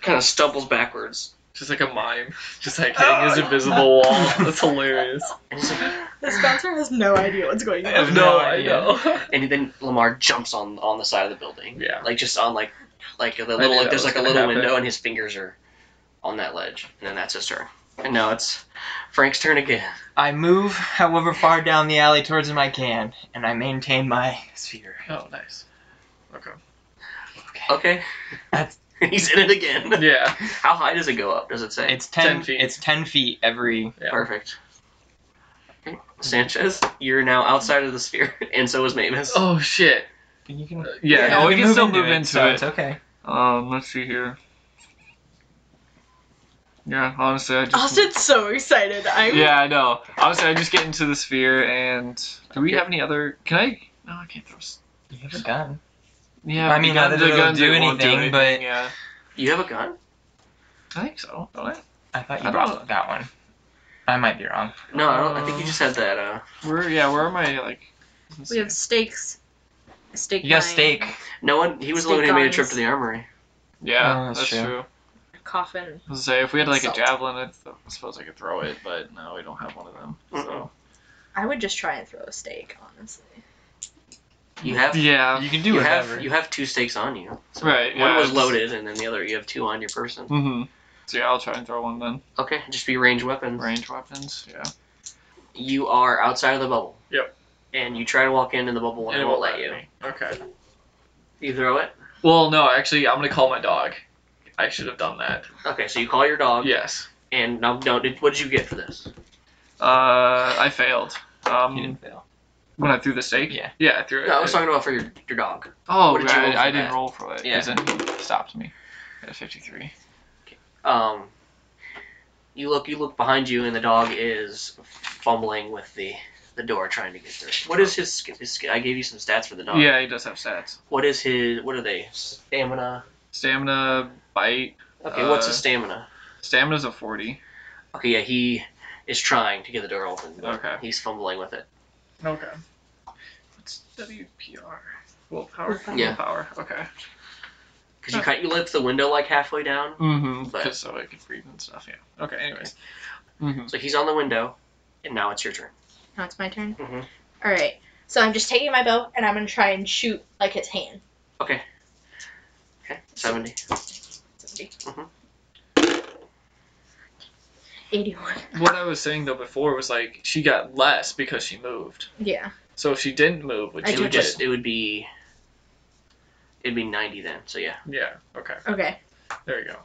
A: kind of stumbles backwards.
C: just like a mime, just like hitting his invisible wall. That's hilarious.
A: And he's like,
D: The sponsor has no idea what's going
B: I have no idea.
C: know.
A: and then Lamar jumps on on the side of the building,
C: yeah.
A: like just on like like the
C: knew
A: little like
C: that
A: there's
C: was
A: like a
C: gonna
A: little
C: happen.
A: window and his fingers are on that ledge. And then that's his turn. And now it's Frank's turn again.
B: I move however far down the alley towards him I can, and I maintain my sphere.
C: Oh, nice. Okay.
B: Okay.
A: Okay,
B: That's
A: he's in it again.
C: Yeah.
A: How high does it go up? Does it say?
B: it's ten,
C: 10 feet.
B: It's ten feet every.
C: Yeah.
A: perfect. Okay. Sanchez, you're now outside of the sphere, and so is Mavis.
C: Oh shit.
B: You can.
C: Yeah.
D: Yeah,
C: no, we
B: you
C: can still move
B: it,
C: into
B: so
C: it.
B: It's okay.
C: Um, let's see here. Yeah, honestly, I just.
D: Austin's so excited. I'm.
C: Yeah, I know. Honestly, I just get into the sphere, and do we have any other? Can I? No, I can't throw. s-
B: You have a gun.
C: Yeah,
B: I mean,
C: the gun-
B: not that
C: the
B: it'll
C: guns,
B: do
C: it won't
B: anything, but-
C: yeah,
A: You have a gun?
C: I think so. Don't I?
B: I thought you
C: I
B: brought
C: don't-
B: that one. I might be wrong.
A: No, I, don't, I think you just had that. Uh,
C: Where? Yeah, where am I? Like,
D: We have stakes. Stake.
B: You got a
D: mine,
B: stake.
A: No one. He was the
D: Stay
A: one who made a
D: guns.
A: trip to the armory.
C: Yeah,
B: Oh,
C: that's,
B: that's
C: true.
B: true.
D: Coffin.
C: I was gonna say if we had like
D: Salt.
C: a javelin, I, th- I suppose I could throw it, but no, we don't have one of them. So
D: I would just try and throw a stake, honestly.
A: You have.
C: yeah,
B: you can do
A: You
B: whatever.
A: have. You have two stakes on you. one
C: right. yeah,
A: was
C: it's-
A: loaded, and then the other you have two on your person.
C: Mhm. So yeah, I'll try and throw one then.
A: Okay, just be range weapons.
C: Range weapons. Yeah.
A: You are outside of the bubble.
C: Yep.
A: And you try to walk in, and the bubble and it won't let you.
C: me. Okay.
A: You throw it.
C: Well, no, actually, I'm gonna call my dog. I should have done that.
A: Okay, so you call your dog.
C: Yes.
A: And no, no. Did, what did you get for this?
C: Uh, I failed.
B: You
C: Um,
B: didn't fail.
C: when I threw the stake.
B: Yeah.
C: Yeah, I threw it.
A: No, I was talking about for your, your dog.
C: oh,
A: what did you roll
C: right,
A: for
C: I didn't
A: that?
C: roll for it.
A: Yeah.
C: Yeah. He stopped me at 53.
A: Um. You look. You look behind you, and the dog is fumbling with the the door, trying to get through. What is his? sk- his sk- I gave you some stats for the dog.
C: Yeah, he does have stats.
A: What is his? What are they? Stamina.
C: Stamina, bite.
A: Okay, what's
C: Uh,
A: his stamina?
C: Stamina's a 40.
A: Okay, yeah, he is trying to get the door open, but
C: Okay.
A: he's fumbling with it.
C: Okay. What's WPR? Willpower?
D: Willpower.
A: Yeah.
C: Willpower. Okay.
A: Because you cut, you lift the window like halfway down,
C: Mm-hmm.
A: But-
C: Just so I can breathe and stuff, yeah. Okay, anyways. Mm-hmm.
A: so he's on the window, and now it's your turn.
D: Now it's my turn.
C: Mm-hmm.
A: Mhm.
D: All right. So I'm just taking my bow and I'm gonna try and shoot like his hand.
A: Okay, seventy. Mhm.
D: Eighty-one.
C: What I was saying, though, before was like, she got less because she moved.
D: Yeah.
C: So if she didn't move, would
D: I
A: It
C: she
A: would
D: took
C: get.
A: just, it would be, it'd be ninety then. So yeah.
C: Yeah, okay.
D: Okay.
C: There you go.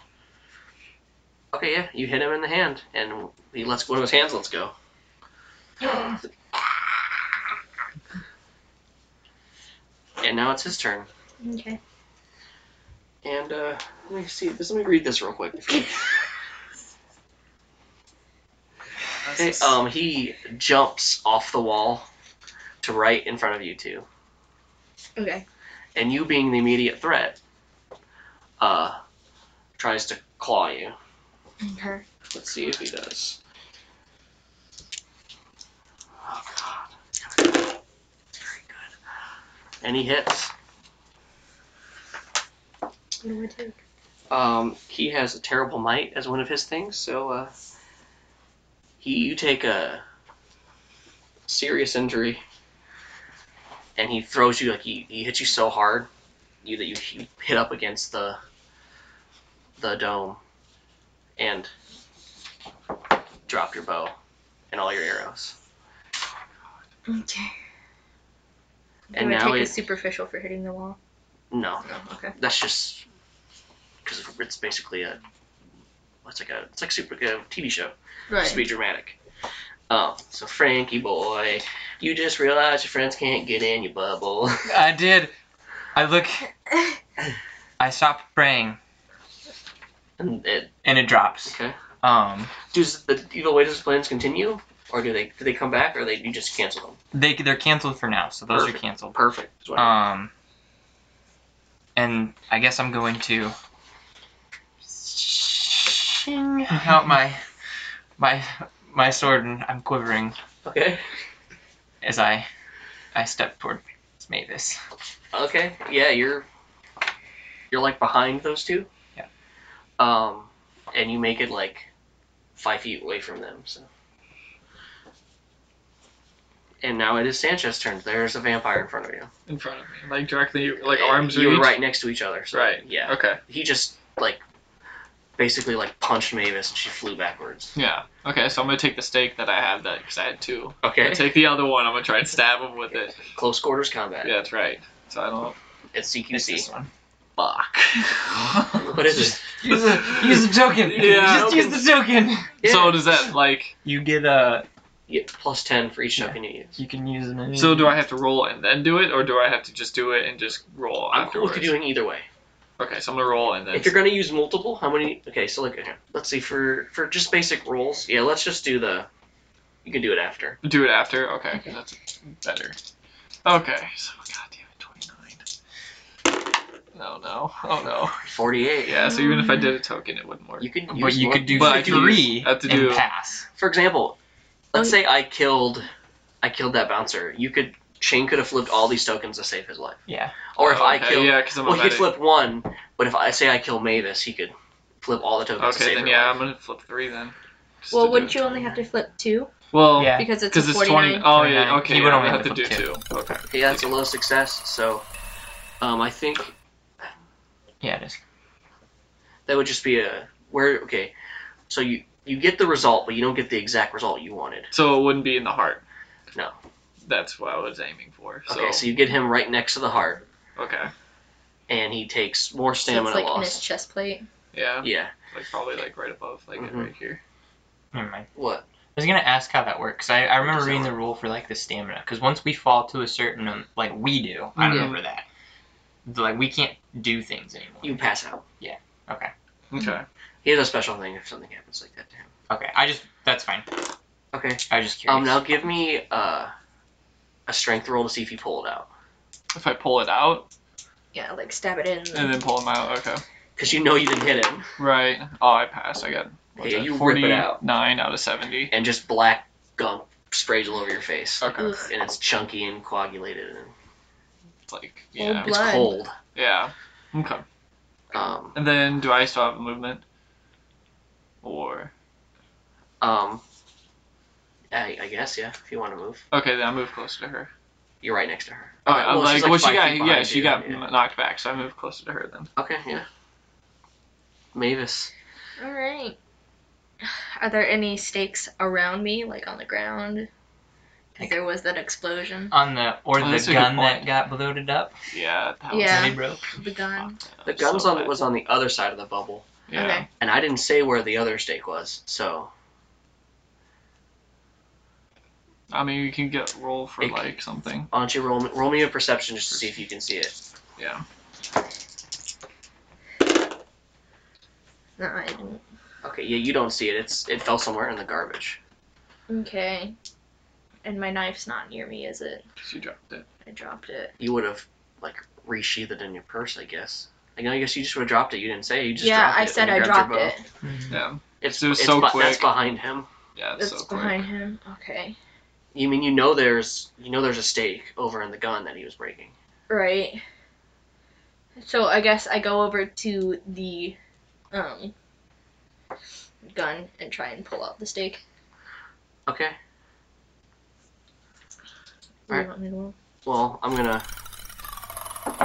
A: Okay, yeah, you hit him in the hand, and he lets one of his hands lets go. and now it's his turn.
D: Okay.
A: And uh, let me see. This, let me read this real quick. Okay, um, he jumps off the wall to right in front of you two,
D: Okay.
A: and you being the immediate threat, uh, tries to claw you.
D: Okay.
A: Let's see if he does. Oh god. It's very good. And he hits.
D: What do I take?
A: Um, he has a terrible might as one of his things, so uh, he you take a serious injury, and he throws you like he, he hits you so hard, you that you, you hit up against the the dome, and drop your bow and all your arrows.
D: Okay. Do
A: And
D: I
A: now
D: take
A: it-
D: a superficial for hitting the wall?
A: No,
D: Okay.
A: that's just because it's basically a it's like a it's like super a TV show.
D: Right.
A: Just be dramatic. Oh, so Frankie boy, you just realized your friends can't get in your bubble.
B: I did. I look. I stopped praying,
A: and it,
B: and it drops.
A: okay.
B: Um,
A: Does the evil witness plans continue, or do they do they come back, or they you just cancel them?
B: they they're canceled for now, so those
A: Perfect.
B: are canceled.
A: Perfect. Uh, That's what I-
B: Um, and I guess I'm going to shing out my my my sword, and I'm quivering
A: okay.
B: as I I step toward Mavis.
A: Okay. Yeah, you're you're like behind those two.
B: Yeah.
A: Um, and you make it like five feet away from them. So. And now it is Sanchez's turn. There's a vampire in front of you.
C: in front of me, like directly, like
A: And
C: arms
A: You were
C: reach.
A: right next to each other. So
C: Right.
A: Yeah.
C: Okay.
A: he just like basically like punched Mavis and she flew backwards.
C: Yeah. Okay. So I'm gonna take the stake that I have, that because I had two.
A: Okay.
C: I take the other one. I'm gonna try and stab him with it.
A: Close quarters combat.
C: Yeah, that's right. So I don't.
A: It's
B: It's
A: CQC.
B: this one.
A: Fuck. what is it?
B: Use the use the token.
C: Yeah.
B: Just use the token.
C: So does that like?
B: You get a.
A: You get plus ten for each token you use.
B: You can use an.
C: So do I have to roll and then do it, or do I have to just do it and just roll
A: I'm cool
C: afterwards?
A: with you doing either way.
C: Okay, so I'm gonna roll and then.
A: If you're gonna use multiple, how many? Okay, so look at here. Let's see for for just basic rolls. Yeah, let's just do the. You can do it after.
C: Do it after? Okay, 'cause that's better. Okay, so goddamn it, 29. No, no. Oh no.
A: Forty-eight.
C: Yeah, so even if I did a token, it wouldn't work.
A: You could.
B: But
A: use
B: you
A: one-
B: could do
C: But I could
B: three
C: use- I have to
B: and
C: do-
B: pass.
A: For example, let's say I killed, I killed that bouncer. You could Shane could have flipped all these tokens to save his life.
B: Yeah.
A: Or if I
C: Oh, Okay,
A: kill,
C: Yeah, because I'm
A: well,
C: a
A: he could
C: medic.
A: flip one, but if I say I kill Mavis, he could flip all the tokens to
C: Okay,
A: save
C: then
A: her
C: yeah,
A: life.
C: I'm gonna flip three then. just to
D: well,
C: do
D: wouldn't
C: it.
D: you only have to flip two?
C: Well,
B: Yeah.
D: Because it's a
C: because it's
D: 49.
C: 20. Oh yeah,
B: 29.
C: okay.
B: You would
C: yeah,
B: only
C: I
B: have to
C: do
B: flip
C: two. Okay.
A: Yeah, that's a low success. So, um, I think
B: Yeah, it is.
A: that would just be a where. Okay, so you you get the result, but you don't get the exact result you wanted.
C: So it wouldn't be in the heart.
A: No.
C: That's what I was aiming for. So,
A: Okay, so you get him right next to the heart,
C: okay.
A: and he takes more
D: So
A: stamina
D: it's like in his
A: loss.
D: chest plate.
C: Yeah,
A: Yeah.
C: like probably like right above, like
A: Mhm.
C: right here.
B: Never mind.
A: What?
B: I was gonna ask how that works. 'cause I, I remember
A: does that
B: reading the rule for like the stamina. Because once we fall to a certain um, like we do, I
C: Mhm.
B: remember that. Like we can't do things anymore.
A: You pass out.
C: Okay.
A: He has a special thing if something happens like that to him.
B: Okay, I just that's fine.
A: Okay.
B: I was just curious.
A: Um, now give me uh, a strength roll to see if you pull it out,
C: If I pull it out
D: Yeah, like stab it in.
C: and then pull him out, okay.
A: because you know you didn't hit him,
C: Right. Oh, I passed. I got what's
A: Yeah,
C: that,
A: you rip it out.
C: 49 out of 70.
A: and just black gunk sprays all over your face.
C: Okay.
D: Oof.
A: and it's chunky and coagulated and
C: It's like,
D: Old
C: yeah.
A: it's
D: Blood.
A: cold.
C: Yeah. Okay.
A: Um,
C: And then do I still have movement? Or.
A: um, I, I guess yeah. If you want to move,
C: Okay, then I move closer to her.
A: you're right next to her.
C: Alright,
A: Oh, well,
C: I'm like,
A: she's
C: well, she
A: five
C: got,
A: feet
C: yeah,
A: behind
C: she
A: you,
C: got
A: yeah.
C: knocked back, so I move closer to her then.
A: Okay, yeah. Mavis,
D: All right. Are there any stakes around me, like on the ground? Because there was that explosion.
B: on the or
C: Oh,
B: the
C: that's a good
B: gun
C: point.
B: that got bloated up.
C: Yeah, that
D: Yeah.
B: that he broke.
D: The gun.
C: was.
A: the gun's
C: so
A: on
C: bad.
A: was on the other side of the bubble,
C: Yeah.
D: Okay.
A: And I didn't say where the other stake was, so
C: I mean, you can get roll for
A: It-
C: like something.
A: why don't you roll, me- roll me a perception just to see if you can see it.
C: Yeah.
D: No, I didn't.
A: Okay, yeah, you don't see it. It's it fell somewhere in the garbage.
D: Okay. And my knife's not near me, is it?
C: She dropped it.
D: I dropped it.
A: You would have like resheathed it in your purse, I guess. Like, I guess you just would have dropped it. You didn't say. You just
D: yeah,
A: dropped
D: I
A: it
D: said
A: when
D: I
A: you grabbed
D: dropped
A: your bow.
D: it.
A: Mm-hmm.
C: Yeah.
A: It's,
C: It was
A: it's
C: so
A: bu- That's
C: quick.
A: behind him.
C: Yeah. It's
D: It's
C: so quick.
D: behind him. Okay.
A: You mean you know there's you know there's a stake over in the gun that he was breaking.
D: Right. So I guess I go over to the um gun and try and pull out the stake.
A: Okay.
D: Do you
A: Alright.
D: want me to roll?
A: Well, I'm gonna.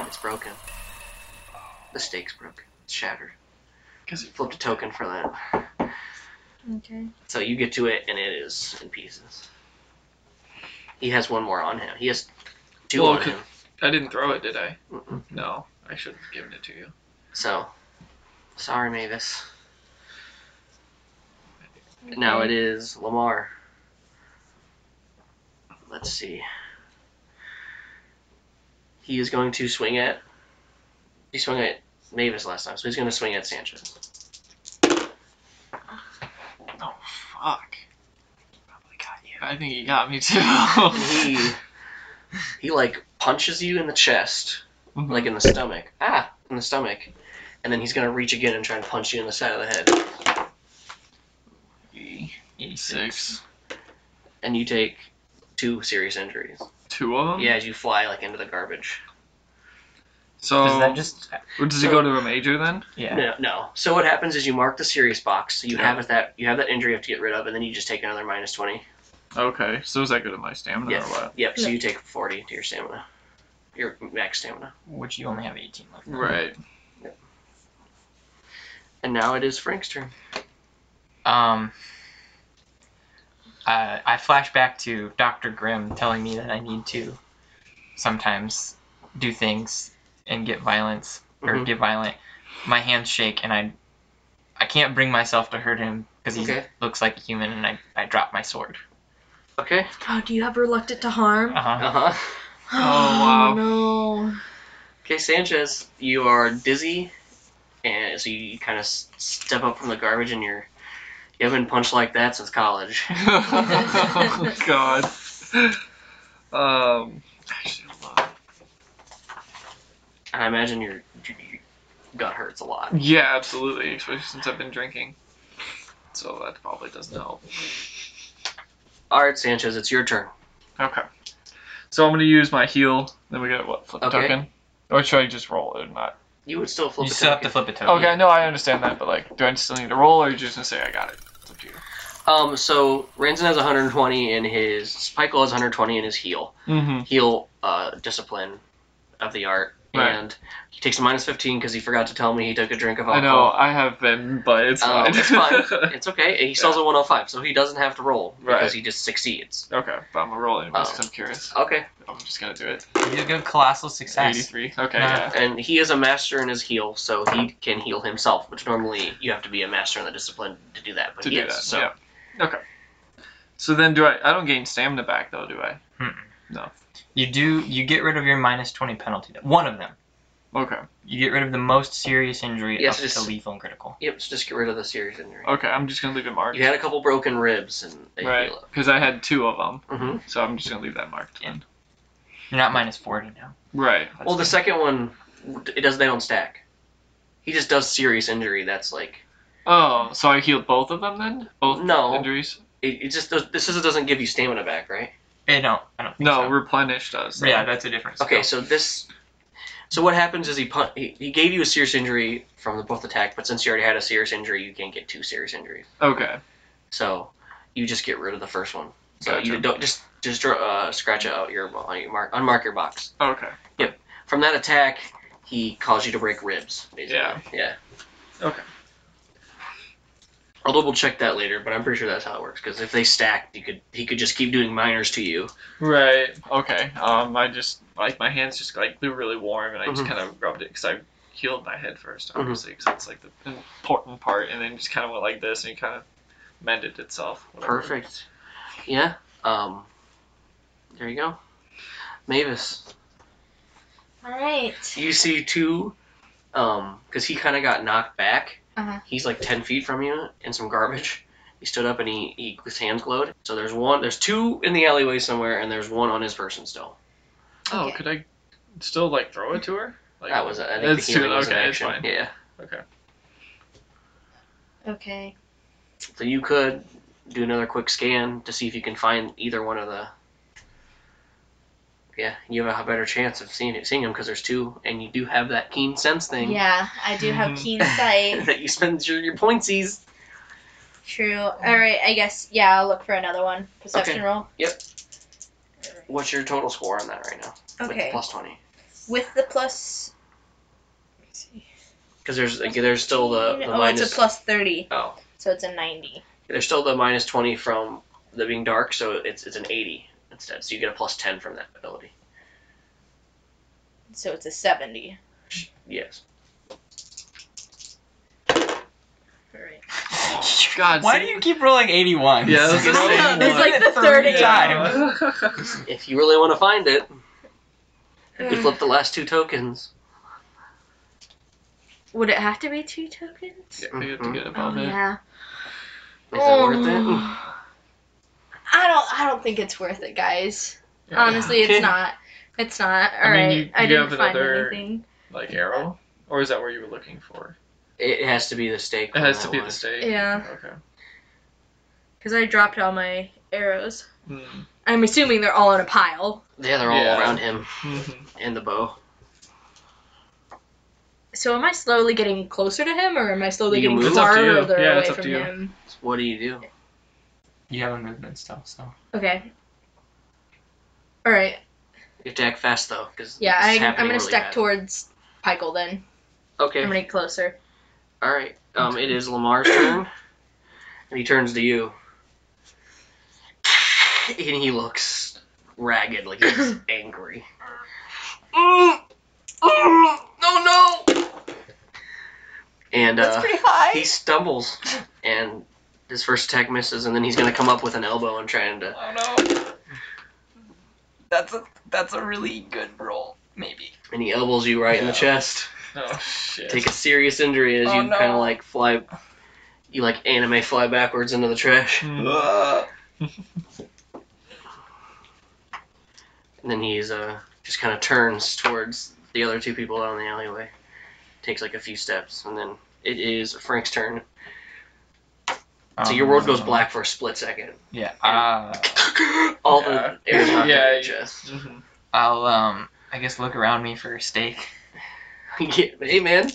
A: It's broken. The stake's broken. It's shattered.
C: Because
A: Flipped a token for that.
D: Okay.
A: So you get to it, and it is in pieces. He has one more on him. He has two
C: Well,
A: on
C: could-
A: him.
C: I didn't throw it, did I?
A: Mm-mm.
C: No, I should have given it to you.
A: So, sorry, Mavis. Now
D: Okay.
A: it is Lamar. Let's see. He is going to swing at. He swung at Mavis last time, so he's going to swing at Sanchez.
C: Oh fuck! Probably got you. I think he got me too.
A: He he like punches you in the chest. like in the stomach. Ah, in the stomach. And then he's gonna reach again and try and punch you in the side of the head.
C: E
B: Eighty-six.
C: six.
A: And you take two serious injuries.
C: Two of them.
A: Yeah, as you fly like into the garbage.
C: So
B: Does that just? uh,
C: or does it go to a major then?
B: Yeah.
A: No, no. So what happens is you mark the serious box. So you
C: Yeah.
A: have that you have that injury you have to get rid of, and then you just take another minus twenty.
C: Okay. So does that go to my
B: Oh,
C: stamina
A: Yeah.
C: or what?
A: Yep. So
D: Yeah.
A: you take forty to your stamina, your max stamina.
B: Which you only have eighteen left.
C: Right.
A: And now it is Frank's turn.
B: Um, uh, I flash back to Dr. Grimm telling me that I need to sometimes do things and get violence or
A: Mhm.
B: get violent. My hands shake and I I can't bring myself to hurt him because he
A: Okay.
B: looks like a human and I, I drop my sword.
A: Okay.
D: Oh, do you have reluctant to harm?
B: Uh-huh.
A: Uh huh.
D: Oh,
C: wow.
D: No.
A: Okay, Sanchez, you are dizzy, and so you kind of s- step up from the garbage, and you're you haven't been punched like that since college.
C: oh god. Um. Actually, hold on.
A: And I imagine your, your gut hurts a lot.
C: Yeah, absolutely. Especially since I've been drinking. So that probably doesn't help.
A: All right, Sanchez, it's your turn.
C: Okay. So I'm gonna use my heal. Then we got what flip a
A: Okay.
C: token, or should I just roll it or not?
A: You would still flip
B: You
A: a
B: still have to
A: token.
B: flip a token.
C: Okay, no, I understand that, but like, do I still need to roll, or are you just gonna say I got it? It's up to you.
A: Um, so Ranson has 120 in his Spikele has 120 in his heal.
C: Mm-hmm.
A: Heal uh, discipline of the art,
C: Right.
A: and he takes a minus 15 because he forgot to tell me he took a drink of
C: I
A: alcohol.
C: know I have been, but Oh, it's
A: Um,
C: fine.
A: it's fine. It's okay. He sells a 105, so he doesn't have to roll because
C: Right.
A: he just succeeds.
C: okay, but I'm gonna roll it because I'm curious.
A: Okay.
C: I'm just gonna do it.
B: You did good colossal success.
C: 83. Okay,
B: Nah.
C: yeah.
A: And he is a master in his heal, so he can heal himself, which normally you have to be a master in the discipline to do that. But
C: To
A: he
C: do
A: is,
C: that.
A: so
C: Yeah. Okay. So then, do I? I don't gain stamina back though, do I?
B: You do you get rid of your minus twenty penalty. One of them.
C: Okay.
B: You get rid of the most serious injury
A: Yes,
B: up to
A: it's-
B: lethal and critical.
A: Yep, so just get rid of the serious injury.
C: Okay, I'm just gonna leave it marked.
A: You had a couple broken ribs and a
C: Right,
A: heal up.
C: because I had two of them,
A: hmm
C: so I'm just gonna leave that marked. Then.
B: You're not minus forty now.
C: Right.
B: That's
A: Well, the
B: good.
A: second one, it does. They don't stack. He just does serious injury. That's like
C: Oh, so I healed both of them then? Both
A: No.
C: injuries?
A: it, it just does, this is, doesn't give you stamina back, right?
B: Eh, no, I don't think
C: No,
B: so.
C: replenished us.
B: Yeah, that's a difference.
A: Okay, so this. So what happens is he pun- he, he gave you a serious injury from the both attack, but since you already had a serious injury, you can't get two serious injuries.
C: Okay.
A: So you just get rid of the first one. So you
C: Gotcha.
A: don't just just draw, uh, scratch out your, bo- your mark unmark your box.
C: Okay.
A: From that attack, he caused you to break ribs. Basically.
C: Yeah.
A: Yeah.
C: Okay.
A: I'll double check that later, but I'm pretty sure that's how it works. Because if they stacked, you could he could just keep doing minors to you.
C: Right. Okay. Um, I just like my hands just like they were really warm, and I just
A: Mhm.
B: Mm-hmm.
C: kind of rubbed it because I healed my head first, obviously, because that's like the important part, and then just kind of went like this, and it kind of mended itself. whatever.
A: Perfect. Yeah. Um. There you go. Mavis,
D: All right.
A: you see two, um, because he kind of got knocked back.
D: Uh-huh.
A: He's like ten feet from you in some garbage. He stood up and he, he his hands glowed. So there's one, there's two in the alleyway somewhere, and there's one on his person still.
C: Oh,
D: Okay.
C: could I still like throw it to her? Like,
A: that was I think
C: That's
A: the
C: true,
A: healing was an
C: okay, it's
A: action.
C: fine.
A: Yeah.
D: Okay.
A: So you could do another quick scan to see if you can find either one of the. Yeah, you have a better chance of seeing it, seeing them because there's two, and you do have that keen sense thing.
D: Yeah, I do have
C: Mhm.
D: keen sight.
A: that you spend your, your pointsies.
D: True. All right. I guess. Yeah. I'll look for another one. Perception
A: Okay.
D: roll.
A: Yep. What's your total score on that right now? With the
D: Okay.
A: plus twenty.
D: With the plus. let me see.
A: Because there's like, there's still the, the
D: oh, it's
A: minus.
D: a plus thirty,
A: oh,
D: so it's a ninety.
A: there's still the minus twenty from the being dark, so it's it's an eighty instead. So you get a plus ten from that ability.
D: So it's a seventy.
A: Yes.
D: All right.
C: God,
B: Why
C: see-
B: do you keep rolling 81s?
C: Yeah, that's
A: what I'm saying.
D: It's like the
B: For
D: third
B: me.
D: time.
A: If you really want to find it, you
D: Mm.
A: flip the last two tokens.
D: Would it have to be two tokens?
C: Yeah, we have
B: Mm-hmm.
C: to get
D: Oh
C: above it.
D: yeah. Oh.
A: Is it worth
D: Um.
A: it?
D: I don't. I don't think it's worth it, guys.
C: Yeah.
D: Honestly,
A: Okay.
D: it's not. It's not. All
C: I
D: right. I,
C: mean, you- you
D: didn't
C: have
D: find
C: another-
D: anything.
C: Like arrow, or is that where you were looking for?
A: It has to be the stake.
C: It has to
A: from
C: be
A: that
C: the
A: one.
C: state.
D: Yeah,
C: Okay.
D: because I dropped all my arrows.
C: Mm.
D: I'm assuming they're all in a pile.
A: Yeah, they're all
C: Yeah.
A: around him
C: Mhm.
A: and the bow.
D: So am I slowly getting closer to him, or am I slowly
A: You can
D: getting
A: move. It's up
C: to you.
D: farther
C: Yeah,
D: away
C: it's up
D: from
C: to you.
D: him?
A: What do you do?
B: You have a movement still, so.
D: Okay. All right.
A: You have to act fast though, because
D: Yeah, I, I'm
A: happening
D: gonna
A: really
D: step
A: fast.
D: towards Pykel then.
A: Okay.
D: I'm gonna get closer.
A: All right. Um, it is Lamar's turn, and he turns to you, and he looks ragged, like he's angry. Mm, mm, no, no. And uh,
D: pretty high.
A: he stumbles, and his first attack misses, and then he's gonna come up with an elbow and uh, trying to.
B: Oh no. That's a that's a really good roll, maybe.
A: And he elbows you right in the
C: Yeah.
A: chest.
C: Oh shit.
A: Take a serious injury as
B: Oh,
A: you
B: no.
A: kind of like fly. You like anime fly backwards into the trash.
C: Mm.
A: Uh, And then he's uh just kind of turns towards the other two people out in the alleyway, takes like a few steps, and then it is Frank's turn. So your world goes black for a split second.
B: Um, Yeah. Uh,
A: All
C: Yeah.
A: the air's knocked out
C: Yeah,
A: of your
C: you-
A: chest.
C: Mhm.
B: I'll um I guess look around me for a stake
A: Yeah, hey man.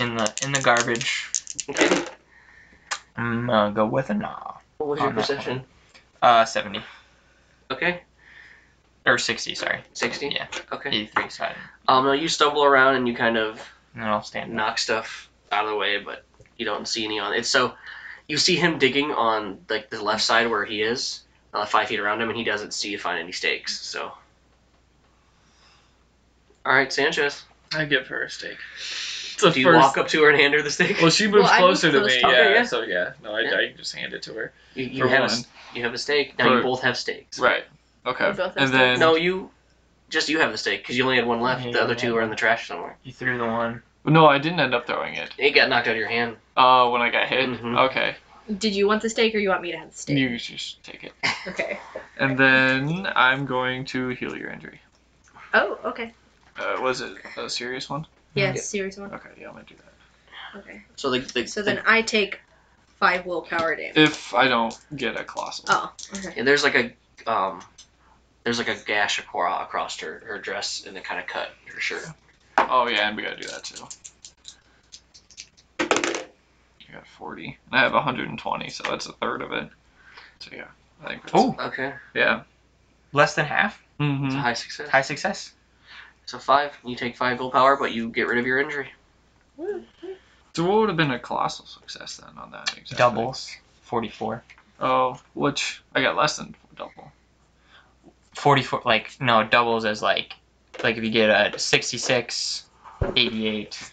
B: in the in the garbage.
A: Okay.
B: I'm gonna go with a nah.
A: What was
C: Oh,
A: your
B: On that
A: perception?
B: Uh, seventy
A: Okay,
B: or sixty, sorry.
A: sixty.
B: Yeah.
A: Okay.
B: Eighty-three side.
A: Um, no, you stumble around and you kind of
B: And then I'll stand. up.
A: knock stuff out of the way, but you don't see any on it. So you see him digging on like the left side where he is, uh, five feet around him, and he doesn't see you find any stakes. So, all right, Sanchez,
C: I give her a steak. It's the
A: do you
C: first-
A: walk up to her and hand her the stake?
C: Well, she moves
D: Well, I moved
C: closer to
D: close
C: me.
D: to-
C: yeah,
A: Okay, yeah.
C: So yeah, no, I,
A: Yeah.
C: I just hand it to her.
A: you, you
C: for
A: have a,
C: one.
A: s- you have a stake. Now you
C: For-
A: both have stakes.
C: Right. Okay.
D: We both have
C: And
D: steaks.
C: then
A: No, you just you have the stake because you only had one left.
B: Yeah,
A: the other
B: yeah.
A: two are in the trash somewhere.
B: You threw the one.
C: no, I didn't end up throwing it.
A: It got knocked out of your hand.
C: Uh, when I got hit.
A: Mhm.
C: Okay.
D: Did you want the steak, or you want me to have the steak?
C: You just take it.
D: Okay.
C: And then I'm going to heal your injury.
D: Oh, okay.
C: Uh, was it a serious one?
D: Yeah,
A: Yeah.
D: serious one.
C: Okay. Yeah, I'm gonna do that.
D: Okay.
A: So the, the
D: So then I take five willpower damage.
C: If I don't get a colossal.
D: Oh. Okay.
A: the- there's like a um. There's like a gash acro- across her, her dress, and it kind of cut her shirt.
C: Oh yeah, and we gotta do that too. You got 40. And I have 120, so that's a third of it. So yeah, I think. That's,
B: Oh,
A: Okay,
C: Yeah.
B: less than half.
A: it's a
C: Mm-hmm.
A: high success.
B: High success.
A: So five. You take five gold power, but you get rid of your injury.
D: Woo.
C: So what would have been a colossal success then on that? Exactly?
B: Doubles. Forty-four.
C: Oh, which I got less than double.
B: Forty-four. Like no, doubles as like like if you get a 66, 88,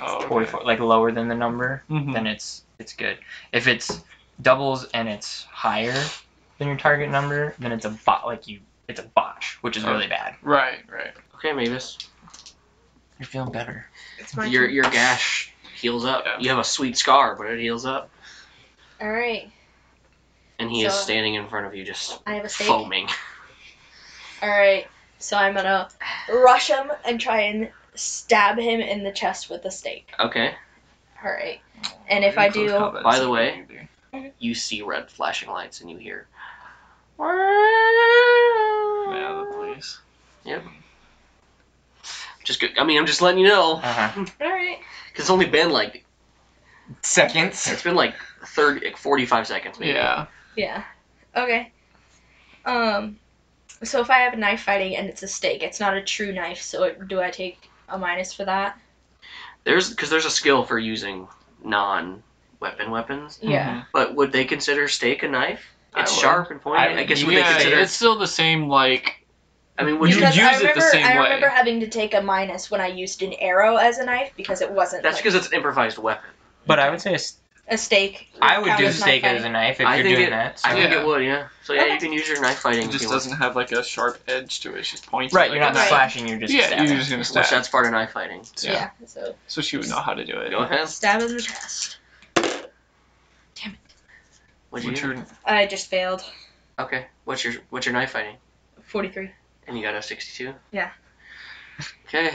C: Oh, okay.
B: 44, like lower than the number,
C: Mhm.
A: Mm-hmm.
B: then it's it's good. If it's doubles and it's higher than your target number, then it's a bot like you it's a botch, which
C: Oh.
B: is really bad.
C: Right, right.
A: Okay, Mavis.
B: You're feeling better.
D: It's my
A: Your
D: turn.
A: your gash heals up.
C: Yeah.
A: You have a sweet scar, but it heals up.
D: All right.
A: And he is
D: So-
A: standing in front of you, just
D: I have a stake. All
A: foaming.
D: right. So I'm gonna rush him and try and stab him in the chest with a stake.
A: Okay.
D: All right. And if I
C: Close
D: do-
C: combat
A: By
C: is
A: the
C: what
A: way-
C: you do.
A: You see red flashing lights, and you hear.
C: yeah, the police.
A: Just go, I mean, I'm just letting you know.
B: Uh-huh.
D: All right.
A: Cause it's only been like
B: Seconds.
A: it's been like thirty, like 45 seconds maybe.
C: Yeah.
D: Yeah. Okay. Um. So if I have knife fighting and it's a stake, it's not a true knife. So it, do I take a minus for that?
A: There's because there's a skill for using non weapon weapons,
B: Mm-hmm.
D: Yeah.
C: Hmm.
A: but would they consider stake a knife?
C: I
A: It's
C: would.
A: sharp and
B: I
A: pointy.
B: would.
A: I, guess would
C: yeah,
A: they consider?
C: it's still the same like
A: I mean, would
C: You
A: you?
D: Because
C: use
D: I
C: it the
D: remember,
C: same
D: I
C: way.
D: remember having to take a minus when I used an arrow as a knife because it wasn't.
A: That's
D: like,
A: because it's an improvised weapon.
B: But I would say a s
D: a stake.
B: I would
D: count
B: do
D: as knife
B: steak as
D: fighting.
B: a knife if
A: I
B: you're
A: think
B: doing
A: it-
B: that. So.
A: I think
C: Yeah.
A: it would, yeah. So yeah,
D: Okay.
A: you can use your knife fighting.
C: it
A: if you
C: just
A: want.
C: doesn't have like a sharp edge to it. It's just pointy.
B: Right,
C: like
B: you're not
C: a knife.
B: slashing, you're just
C: Yeah,
B: stabbing.
C: you're just gonna
A: Which
C: stab.
A: that's part of knife fighting.
D: Yeah.
C: Yeah.
D: So
C: So she would know how to do it.
A: Go ahead.
D: stab in the chest.
A: What'd you
C: What's
A: do?
C: your
D: I just failed.
A: Okay. What's your what's your knife fighting?
D: Forty-three.
A: And you got a sixty-two.
D: Yeah.
A: Okay.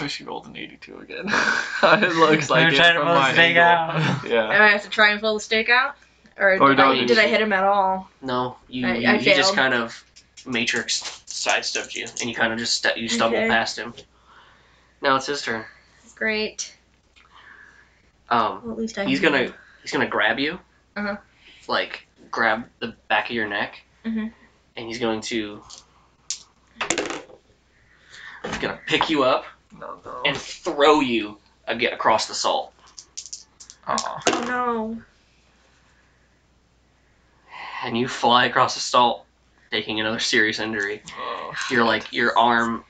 C: Oh, she rolled an 82 again. it looks like
B: They're
C: it
B: trying to
C: from
B: pull
C: my
B: this thing
C: angle.
B: out.
D: Do
C: Yeah.
D: I have to try and pull the stake out, or,
C: Or
D: did, I,
A: don't.
D: did I hit him at all?
A: No, you
D: I-
A: you,
D: I
A: you just
D: failed.
A: kind of matrix sidestepped you, and you kind of just stu- you stumbled
D: Okay.
A: past him. Now it's his turn.
D: Great.
A: Um,
D: Well, at least I.
A: he's gonna he's gonna grab you.
D: Uh-huh.
A: Like grab the back of your neck.
D: Mhm.
A: And he's going to. He's gonna pick you up
C: No, no.
A: and throw you aga across the salt.
B: Aw.
D: Oh no.
A: and you fly across the salt, taking another serious injury.
C: Oh.
A: You're like your arm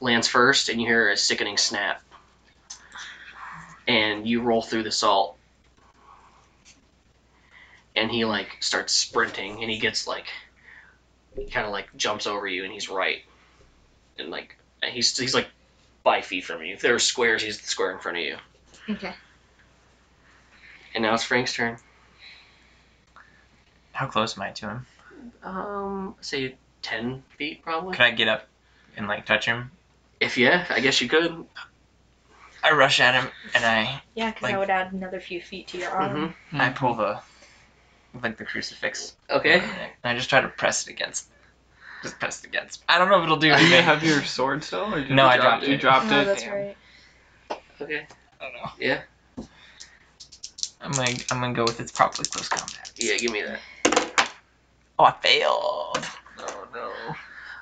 A: lands first, and you hear a sickening snap, and you roll through the salt. And he like starts sprinting, and he gets like, he kind of like jumps over you, and he's right, and like and he's he's like five feet from you. If there are squares, he's the square in front of you.
D: Okay.
A: And now it's Frank's turn.
B: How close am I to him?
A: Um, say ten feet probably.
B: Could I get up and like touch him?
A: If yeah, I guess you could.
B: I rush at him and I
D: Yeah, because
B: Like-
D: I would add another few feet to your arm.
A: hmm
B: I pull the like the crucifix.
A: Okay.
B: And I just try to press it against. Just press it against. I don't know if it'll do
C: Do you
B: anything.
C: have your sword still? Or did
B: No,
C: you
B: I
C: drop-
B: dropped
C: You
B: it.
C: dropped
D: Oh,
C: it.
D: that's
C: Damn.
D: right.
A: Okay.
B: I don't know.
A: Yeah.
B: I'm gonna I'm gonna go with it's probably close combat.
A: Yeah. Give me that.
B: Oh, I failed.
C: Oh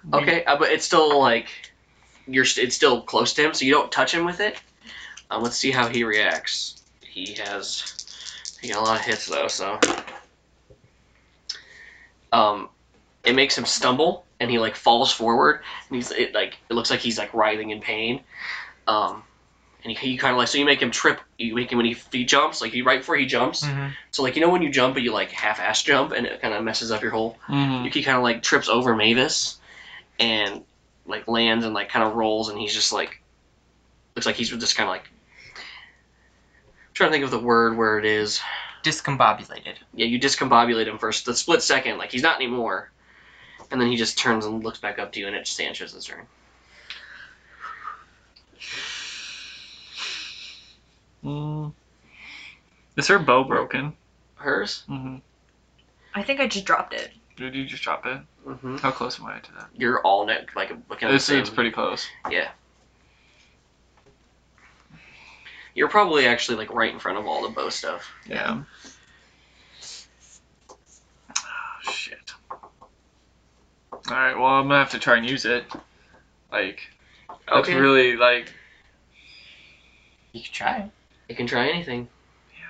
C: no.
A: Okay. Uh, but it's still like you're. St- it's still close to him, so you don't touch him with it. Um. Let's see how he reacts. He has. He got a lot of hits though, so. Um, it makes him stumble, and he like falls forward, and he's it like it looks like he's like writhing in pain. Um. And he, he kind of like so you make him trip. You make him when he, he jumps like he right before he jumps.
B: Mhm.
A: So like you know when you jump but you like half-ass jump and it kind of messes up your whole.
B: Mm-hmm.
C: Mhm.
A: Yuki kind of like trips over Mavis, and like lands and like kind of rolls and he's just like looks like he's just kind of like I'm trying to think of the word where it is.
B: Discombobulated.
A: Yeah, you discombobulate him for the split second. Like he's not anymore, and then he just turns and looks back up to you and it's Sanchez's turn.
C: Mm. Is her bow broken?
A: Hers.
C: Mm-hmm.
D: I think I just dropped it.
C: Did you just drop it?
A: Mm-hmm.
C: How close am I to that?
A: You're all neck like looking at the
C: This
A: same.
C: is pretty close.
A: You're probably actually like right in front of all the bow stuff.
C: Yeah. Oh, shit. Alright, well, I'm gonna have to try and use it. Like, that's
A: Okay.
C: really, like,
B: You could try.
A: You can try anything.
C: yeah,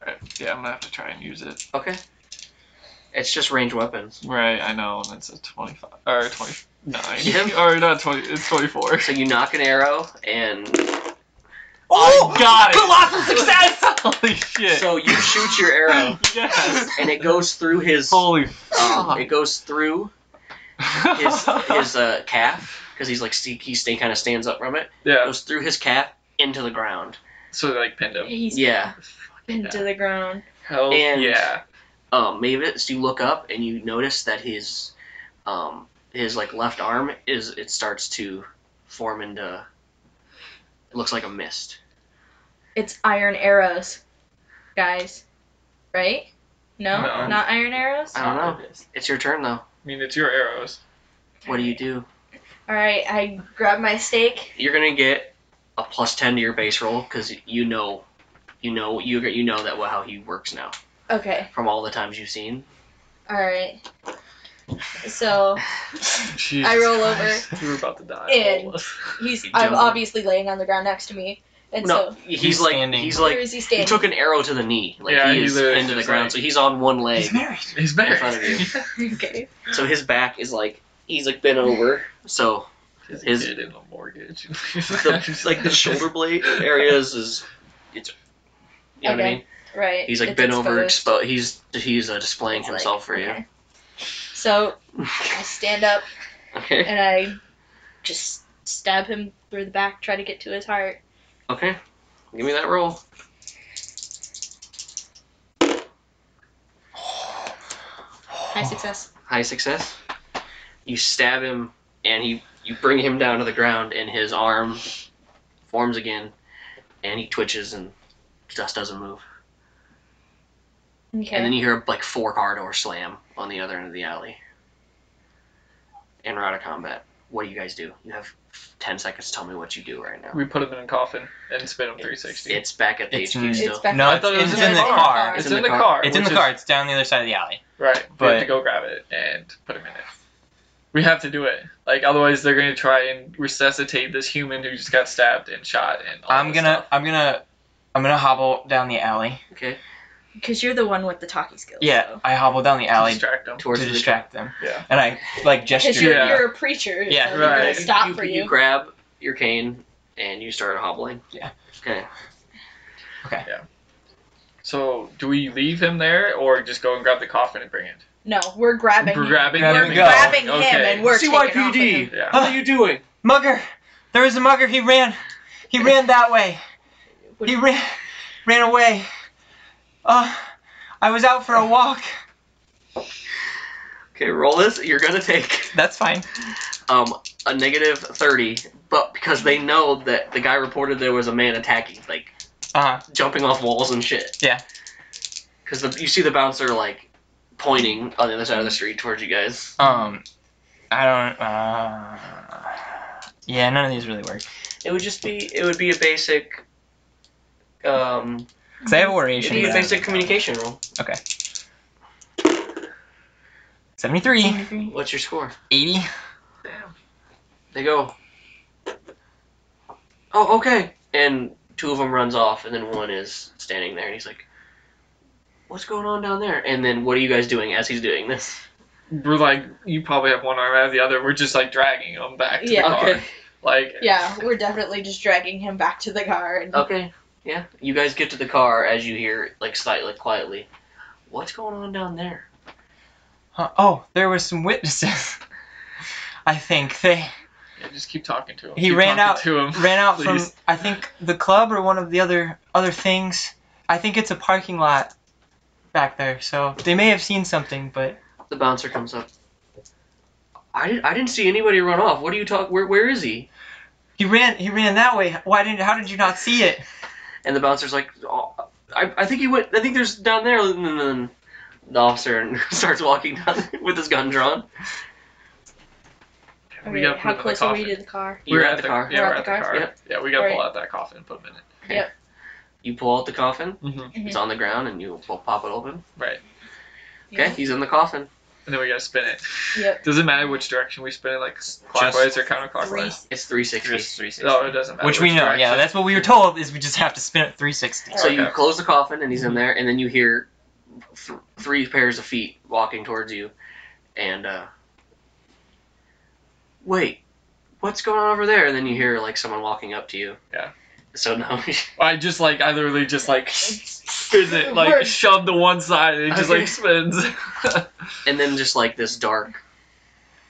C: fuck. Alright, yeah, I'm gonna have to try and use it.
A: Okay. It's just range weapons.
C: Right, I know, and it's a 25, or 29.
A: Yeah.
C: or not 20, it's 24.
A: So you knock an arrow, and
C: Oh, God!
B: Colossal success!
C: Holy shit.
A: so you shoot your arrow,
C: yes.
A: and it goes through his.
C: Holy fuck.
A: Um, it goes through his his uh, calf because he's like st- he stay kind of stands up from it.
C: yeah,
A: Goes through his calf into the ground.
C: so they like pinned him.
D: He's
A: Yeah.
D: into the ground.
C: Hell
A: And-
C: yeah.
A: Um, Mavis, you look up and you notice that his um his like left arm is it starts to form into. It looks like a mist.
D: It's iron arrows, guys. Right? No,
C: No.
D: not iron arrows.
A: I don't know. It's your turn though.
C: I mean, it's your arrows.
A: What do you do?
D: All right, I grab my stake.
A: You're gonna get a plus ten to your base roll because you know, you know, you you know that how he works now
D: Okay.
A: from all the times you've seen.
D: All right. So
C: Jesus
D: I roll
C: Christ. You were about to die.
D: And-
C: All of us.
D: he's
A: You
D: I'm
A: jump.
D: obviously laying on the ground next to me, and
A: no,
D: so
A: he's,
B: He's
A: like
B: standing.
A: he's
D: where
A: like
D: is he
A: he
D: standing?
A: took an arrow to the knee. Like
C: Yeah,
A: he
C: he
A: is
C: literally
A: into the
C: just
A: ground,
C: like-
A: so he's on one
B: He's
A: leg.
B: married.
C: He's married.
A: front of you.
D: okay.
A: So his back is like he's like bent over. So
C: His,
A: His-
C: kid in a mortgage.
A: the, like the shoulder blade areas is it's you know what I
D: Okay.
A: mean?
D: Right.
A: He's like
D: it's
A: bent over
D: exposed.
A: exposed he's he's uh, displaying
D: It's like,
A: himself for you.
D: okay. So I stand up
A: okay.
D: and I just stab him through the back, try to get to his heart.
A: Okay. Give me that roll.
D: High success.
A: High success. You stab him, and he you bring him down to the ground, and his arm forms again, and he twitches, and just doesn't move.
D: Okay.
A: And then you hear like four car door slam on the other end of the alley. And we're out of combat. What do you guys do? You have ten seconds to tell me what you do right now.
C: We put him in a coffin and spin him 360.
A: It's back at the
B: It's
A: HQ
B: in-
A: still.
D: it's back
B: No,
C: I
B: it's,
C: thought it was
B: it's
C: in
B: in the
C: the
B: car.
D: car.
C: It's in the car,
B: It's in the
C: which is-
B: car. It's down the other side of the alley.
C: right. we
B: but-
C: have to go grab it and put him in it. We have to do it. Like otherwise, they're gonna try and resuscitate this human who just got stabbed and shot. And all
B: I'm
C: this
B: gonna,
C: stuff.
B: I'm gonna, I'm gonna hobble down the alley.
A: Okay.
D: Because you're the one with the talkie skills.
B: Yeah, I hobble down the alley
C: distract him.
A: Towards
B: to
A: the-
B: distract them.
C: Yeah.
B: And I like
D: Because
B: gesture.
D: you're,
C: Yeah.
D: you're a preacher.
B: Yeah,
D: so they're
C: right.
D: gonna Stop
A: you,
D: for
A: you
D: you.
A: grab your cane and you start hobbling.
B: Yeah.
A: Okay.
C: So do we leave him there or just go and grab the coffin and bring it?
D: no, we're grabbing.
C: We're
D: him.
C: grabbing
D: We're
B: There
C: him.
B: we go.
C: and
D: grabbing him,
C: okay.
D: and we're taking off with him.
C: Yeah.
A: What are you doing?
B: Mugger, there is a mugger. He ran, he ran that way. He ran, ran away. Uh, I was out for a walk.
A: Okay, roll this. You're gonna take
B: That's fine.
A: um a negative thirty, but because they know that the guy reported there was a man attacking, like
B: Uh huh.
A: jumping off walls and shit.
B: Yeah.
A: Because you see the bouncer like pointing on the other side of the street towards you guys.
B: Um, I don't. Uh, yeah, none of these really work.
A: It would just be it would be a basic um
B: Cause I have a
A: it'd
B: variation.
A: be a
B: of that.
A: basic communication roll.
B: Seventy-three,
A: What's your score?
B: eighty.
A: They go. Oh, okay. And two of them runs off, and then one is standing there, and he's like, "What's going on down there?" And then, what are you guys doing as he's doing this?
C: We're like, you probably have one arm out of the other. We're just like dragging him back to
D: Yeah.
C: the car.
A: Okay.
C: Like,
D: Yeah, we're definitely just dragging him back to the car. And
A: Okay. Yeah. You guys get to the car as you hear, like, slightly quietly, "What's going on down there?"
B: Huh, oh, there were some witnesses. I think they
C: yeah, just keep talking to him.
B: He
C: Keep
B: ran
C: talking
B: out-
C: to him.
B: ran out from
C: Please.
B: I think the club or one of the other other things. I think it's a parking lot back there, so they may have seen something, but
A: The bouncer comes up. I didn't. I didn't see anybody run off. What are you talk? Where Where is he?
B: he ran he ran that way. Why didn't how did you not see it?
A: And the bouncer's like, oh, I, I think he went. I think there's down there. And then the officer starts walking down with his gun drawn.
C: We
D: Okay,
C: gotta put him in the
D: how close are we
C: coffin.
D: to the car?
A: You're at the car.
C: Yeah, we're, at the car.
A: Yep.
C: Yeah, we gotta pull
D: Right.
C: out that coffin and put him in it.
A: You pull out the coffin.
C: Mm-hmm.
A: It's on the ground, and you will pop it open.
C: Right.
A: Okay, he's in the coffin.
C: And then we gotta spin it.
D: Yep.
C: Doesn't matter which direction we spin it, like clockwise or counterclockwise.
A: It's 360. Oh,
C: No, it doesn't matter.
B: Which we know, yeah,
C: direction.
B: that's what we were told is we just have to spin it 360.
A: So you
C: Okay.
A: close the coffin, and he's in there, and then you hear th- three pairs of feet walking towards you, and uh, wait, what's going on over there? And then you hear like someone walking up to you.
C: Yeah.
A: So now
C: I just like I literally just like spins it like
D: Word.
C: shoved to one side and it just
A: Okay.
C: like spins.
A: and then just like this dark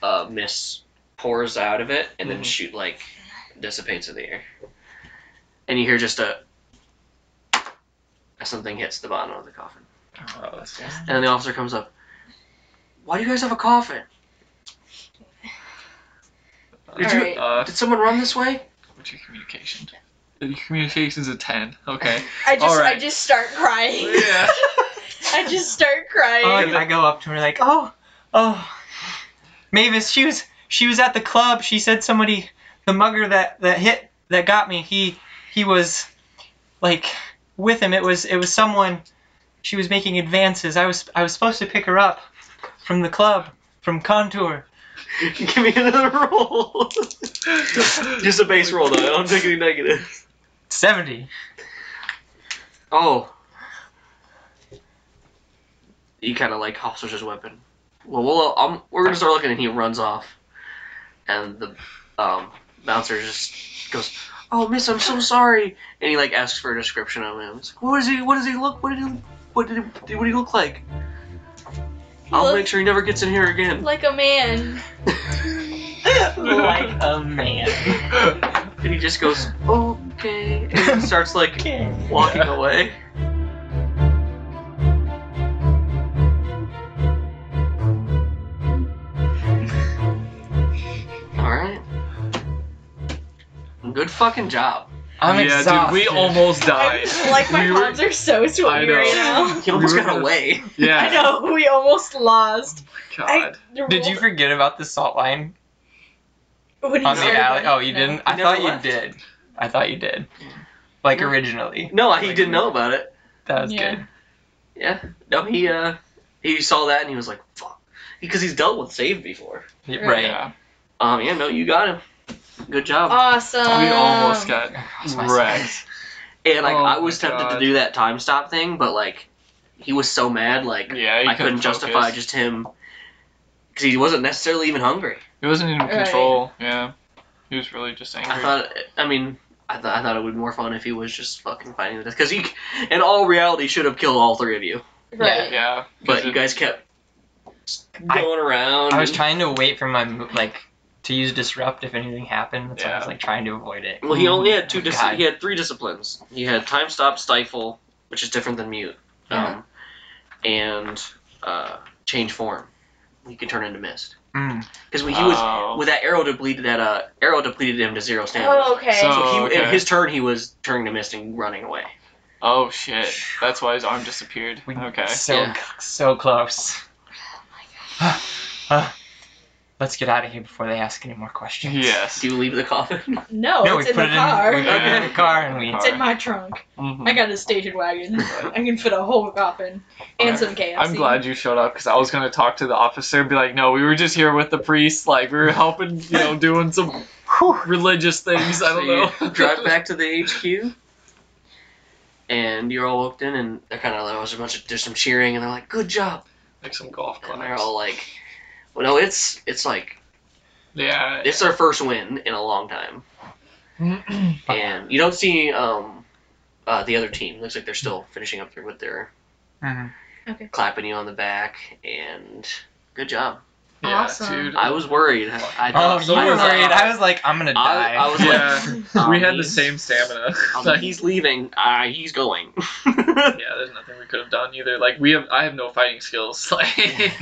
A: uh, mist pours out of it and then
C: Mhm.
A: shoot like dissipates in the air and you hear just a something hits the bottom of the coffin
C: oh, that's
A: and then the officer comes up why do you guys have a coffin did you
D: Alright.
C: uh,
A: did someone run this way
C: what's your communication? Your communication's a ten. Okay.
D: I just
C: Alright.
D: I just start crying.
C: yeah.
D: I just start crying.
B: Oh, and I go up to her like, oh, oh, Mavis, she was she was at the club. She said somebody, the mugger that that hit that got me. He he was like with him. It was it was someone. She was making advances. I was I was supposed to pick her up from the club from Contour.
A: give me another roll just a base roll though i don't take any negatives
B: Seventy.
A: oh he kind of like holsters his weapon well, we'll um, we're gonna start looking, and he runs off, and the um, bouncer just goes, "Oh, miss, I'm so sorry," and he like asks for a description of him. It's like, "What is he? What does he look? What did he? What did he? What did he look like?
D: He
A: I'll
D: looked
A: make sure he never gets in here again."
D: like a man.
B: like a man.
A: And he just goes, "Okay," and starts like walking away. All right. Good fucking job.
B: I'm
C: yeah,
B: exhausted.
C: dude, we almost died.
D: like my
C: we were-
D: palms are so sweaty
C: know.
D: right now.
A: He almost
C: We were
A: got
C: gonna-
A: away.
C: Yeah.
D: I know we almost lost.
C: God.
D: I,
B: Did you forget about the salt line
D: What
B: on
D: do
B: the
D: you-
B: alley? Oh, you didn't. I
A: Never
B: thought you
A: left.
B: did. I thought you did. Like
A: Yeah.
B: Mm. originally.
A: No, he didn't know about it.
B: That was
D: Yeah.
B: good.
A: Yeah. No, he uh, he saw that and he was like, "Fuck," because he's dealt with save before.
B: Yeah,
D: Right.
B: Right.
C: Yeah.
A: Um. Yeah. No, you got him. Good job.
D: Awesome.
C: We
D: Um,
C: almost got
B: That's my
C: wrecked.
A: and like,
C: oh
A: I was
C: my
A: tempted to
C: God.
A: do that time stop thing, but like, he was so mad, like,
C: Yeah, you
A: I couldn't justify just him because he wasn't necessarily even hungry.
C: He wasn't in
D: Right.
C: control. Yeah. He was really just angry.
A: I thought, I mean, I, th- I thought it would be more fun if he was just fucking fighting the death. Because he, in all reality, should have killed all three of you.
D: Right.
C: yeah. 'cause
A: But you
C: it-
A: guys kept
B: I-
A: going around.
B: I was
A: and-
B: trying to wait for my mo- like to use disrupt if anything happened. That's why I was
C: Yeah.
B: like trying to avoid it.
A: Well, he only had two.
B: Oh,
A: Dis-
B: God.
A: he had three disciplines. He had time stop, stifle, which is different than mute, um, and uh, change form. He could turn into mist
B: Mm.
A: because he was
C: Oh.
A: with that arrow depleted. That uh, arrow depleted him to zero stamina.
D: Oh, okay.
A: So
C: So-
A: he,
C: Oh, okay.
A: in his turn, he was turning to mist and running away.
C: Oh shit. That's why his arm disappeared.
B: We-
C: Okay.
B: So
A: Yeah.
B: so close. Uh, Let's get out of here before they ask any more questions.
C: Yes.
A: Do you leave the coffin?
D: no,
B: no, we
D: Oh, it's in
B: put
D: the
B: it
D: car.
B: in. We put it in the car and we.
D: It's in my trunk.
C: Mhm.
D: I got a station wagon. I can fit a whole coffin and
C: Yeah.
D: some KFC.
C: I'm glad you showed up because I was gonna talk to the officer and be like, no, we were just here with the priest, like we were helping, you know, doing some religious things. I
A: So
C: don't
A: you
C: know.
A: drive back to the HQ, and you're all looked in, and they're kind of like, "Oh, there's a bunch of there's some cheering, and they're like, "Good job,"
C: Like some golf
A: and they're
C: claps.
A: all like, "Well, no, it's it's like
C: Yeah.
A: it's their first win in a long time, and you don't see um uh, the other team. Looks like they're still finishing up their with their
B: Mhm.
A: clapping you on the back and." Good job.
C: yeah,
D: Awesome.
C: dude.
A: I was worried. I uh,
B: Oh,
A: thought
B: you were worried. I was like, I'm gonna die.
A: I, I was
C: Yeah.
A: like,
C: we
A: um,
C: had the
A: he's-
C: same stamina.
A: um,
C: Like,
A: he's leaving. Uh, he's going.
C: yeah, there's nothing we could have done either. Like we have, I have no fighting skills. Like,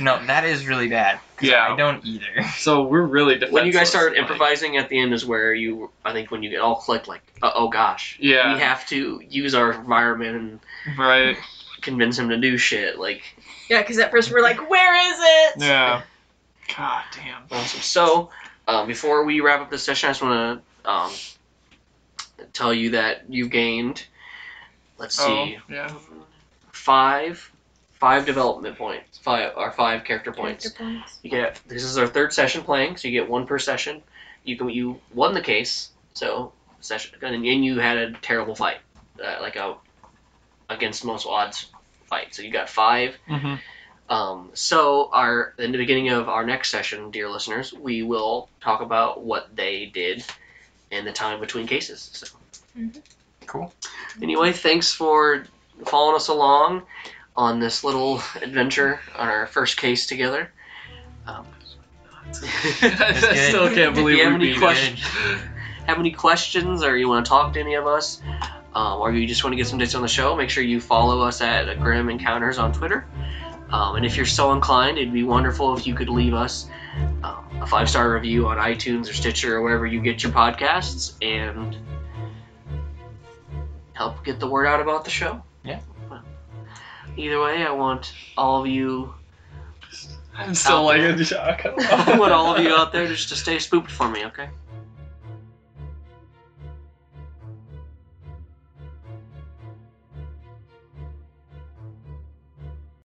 B: no, that is really bad. 'cause
C: Yeah.
B: I don't either.
C: so we're really defenseless.
A: when you guys started
C: like-
A: improvising at the end is where you i think when you get all clicked like uh, oh gosh we
C: Yeah.
A: have to use our environment and
C: Right.
A: convince him to do shit like
D: Yeah, because at first we we're like, where is it?
C: Yeah. God damn.
A: awesome so uh, before we wrap up this session i just want to um, tell you that you've gained let's
C: Oh,
A: see
C: yeah.
A: five five development points five or five character points
D: Character points.
A: You get this is our third session playing, so you get one per session. You can you won the case, so session and then you had a terrible fight, uh, like a against most odds fight. So you got five
C: Mm-hmm.
A: um, so, our in the beginning of our next session, dear listeners, we will talk about what they did in the time between cases. So.
D: Mhm.
C: Cool.
A: Anyway, thanks for following us along on this little adventure on our first case together. Um,
C: I still can't
A: If
C: believe
A: you have any
C: we beat it.
A: questions, have any questions, or you want to talk to any of us, um, or you just want to get some dates on the show, make sure you follow us at Grim Encounters on Twitter. Um, and if you're so inclined, it'd be wonderful if you could leave us um, a five star review on iTunes or Stitcher or wherever you get your podcasts, and help get the word out about the show.
B: Yeah.
A: Either way, I want all of you,
C: I'm still
A: Out
C: like
A: there.
C: in shock.
A: I want all of you out there just to stay spooked for me, okay?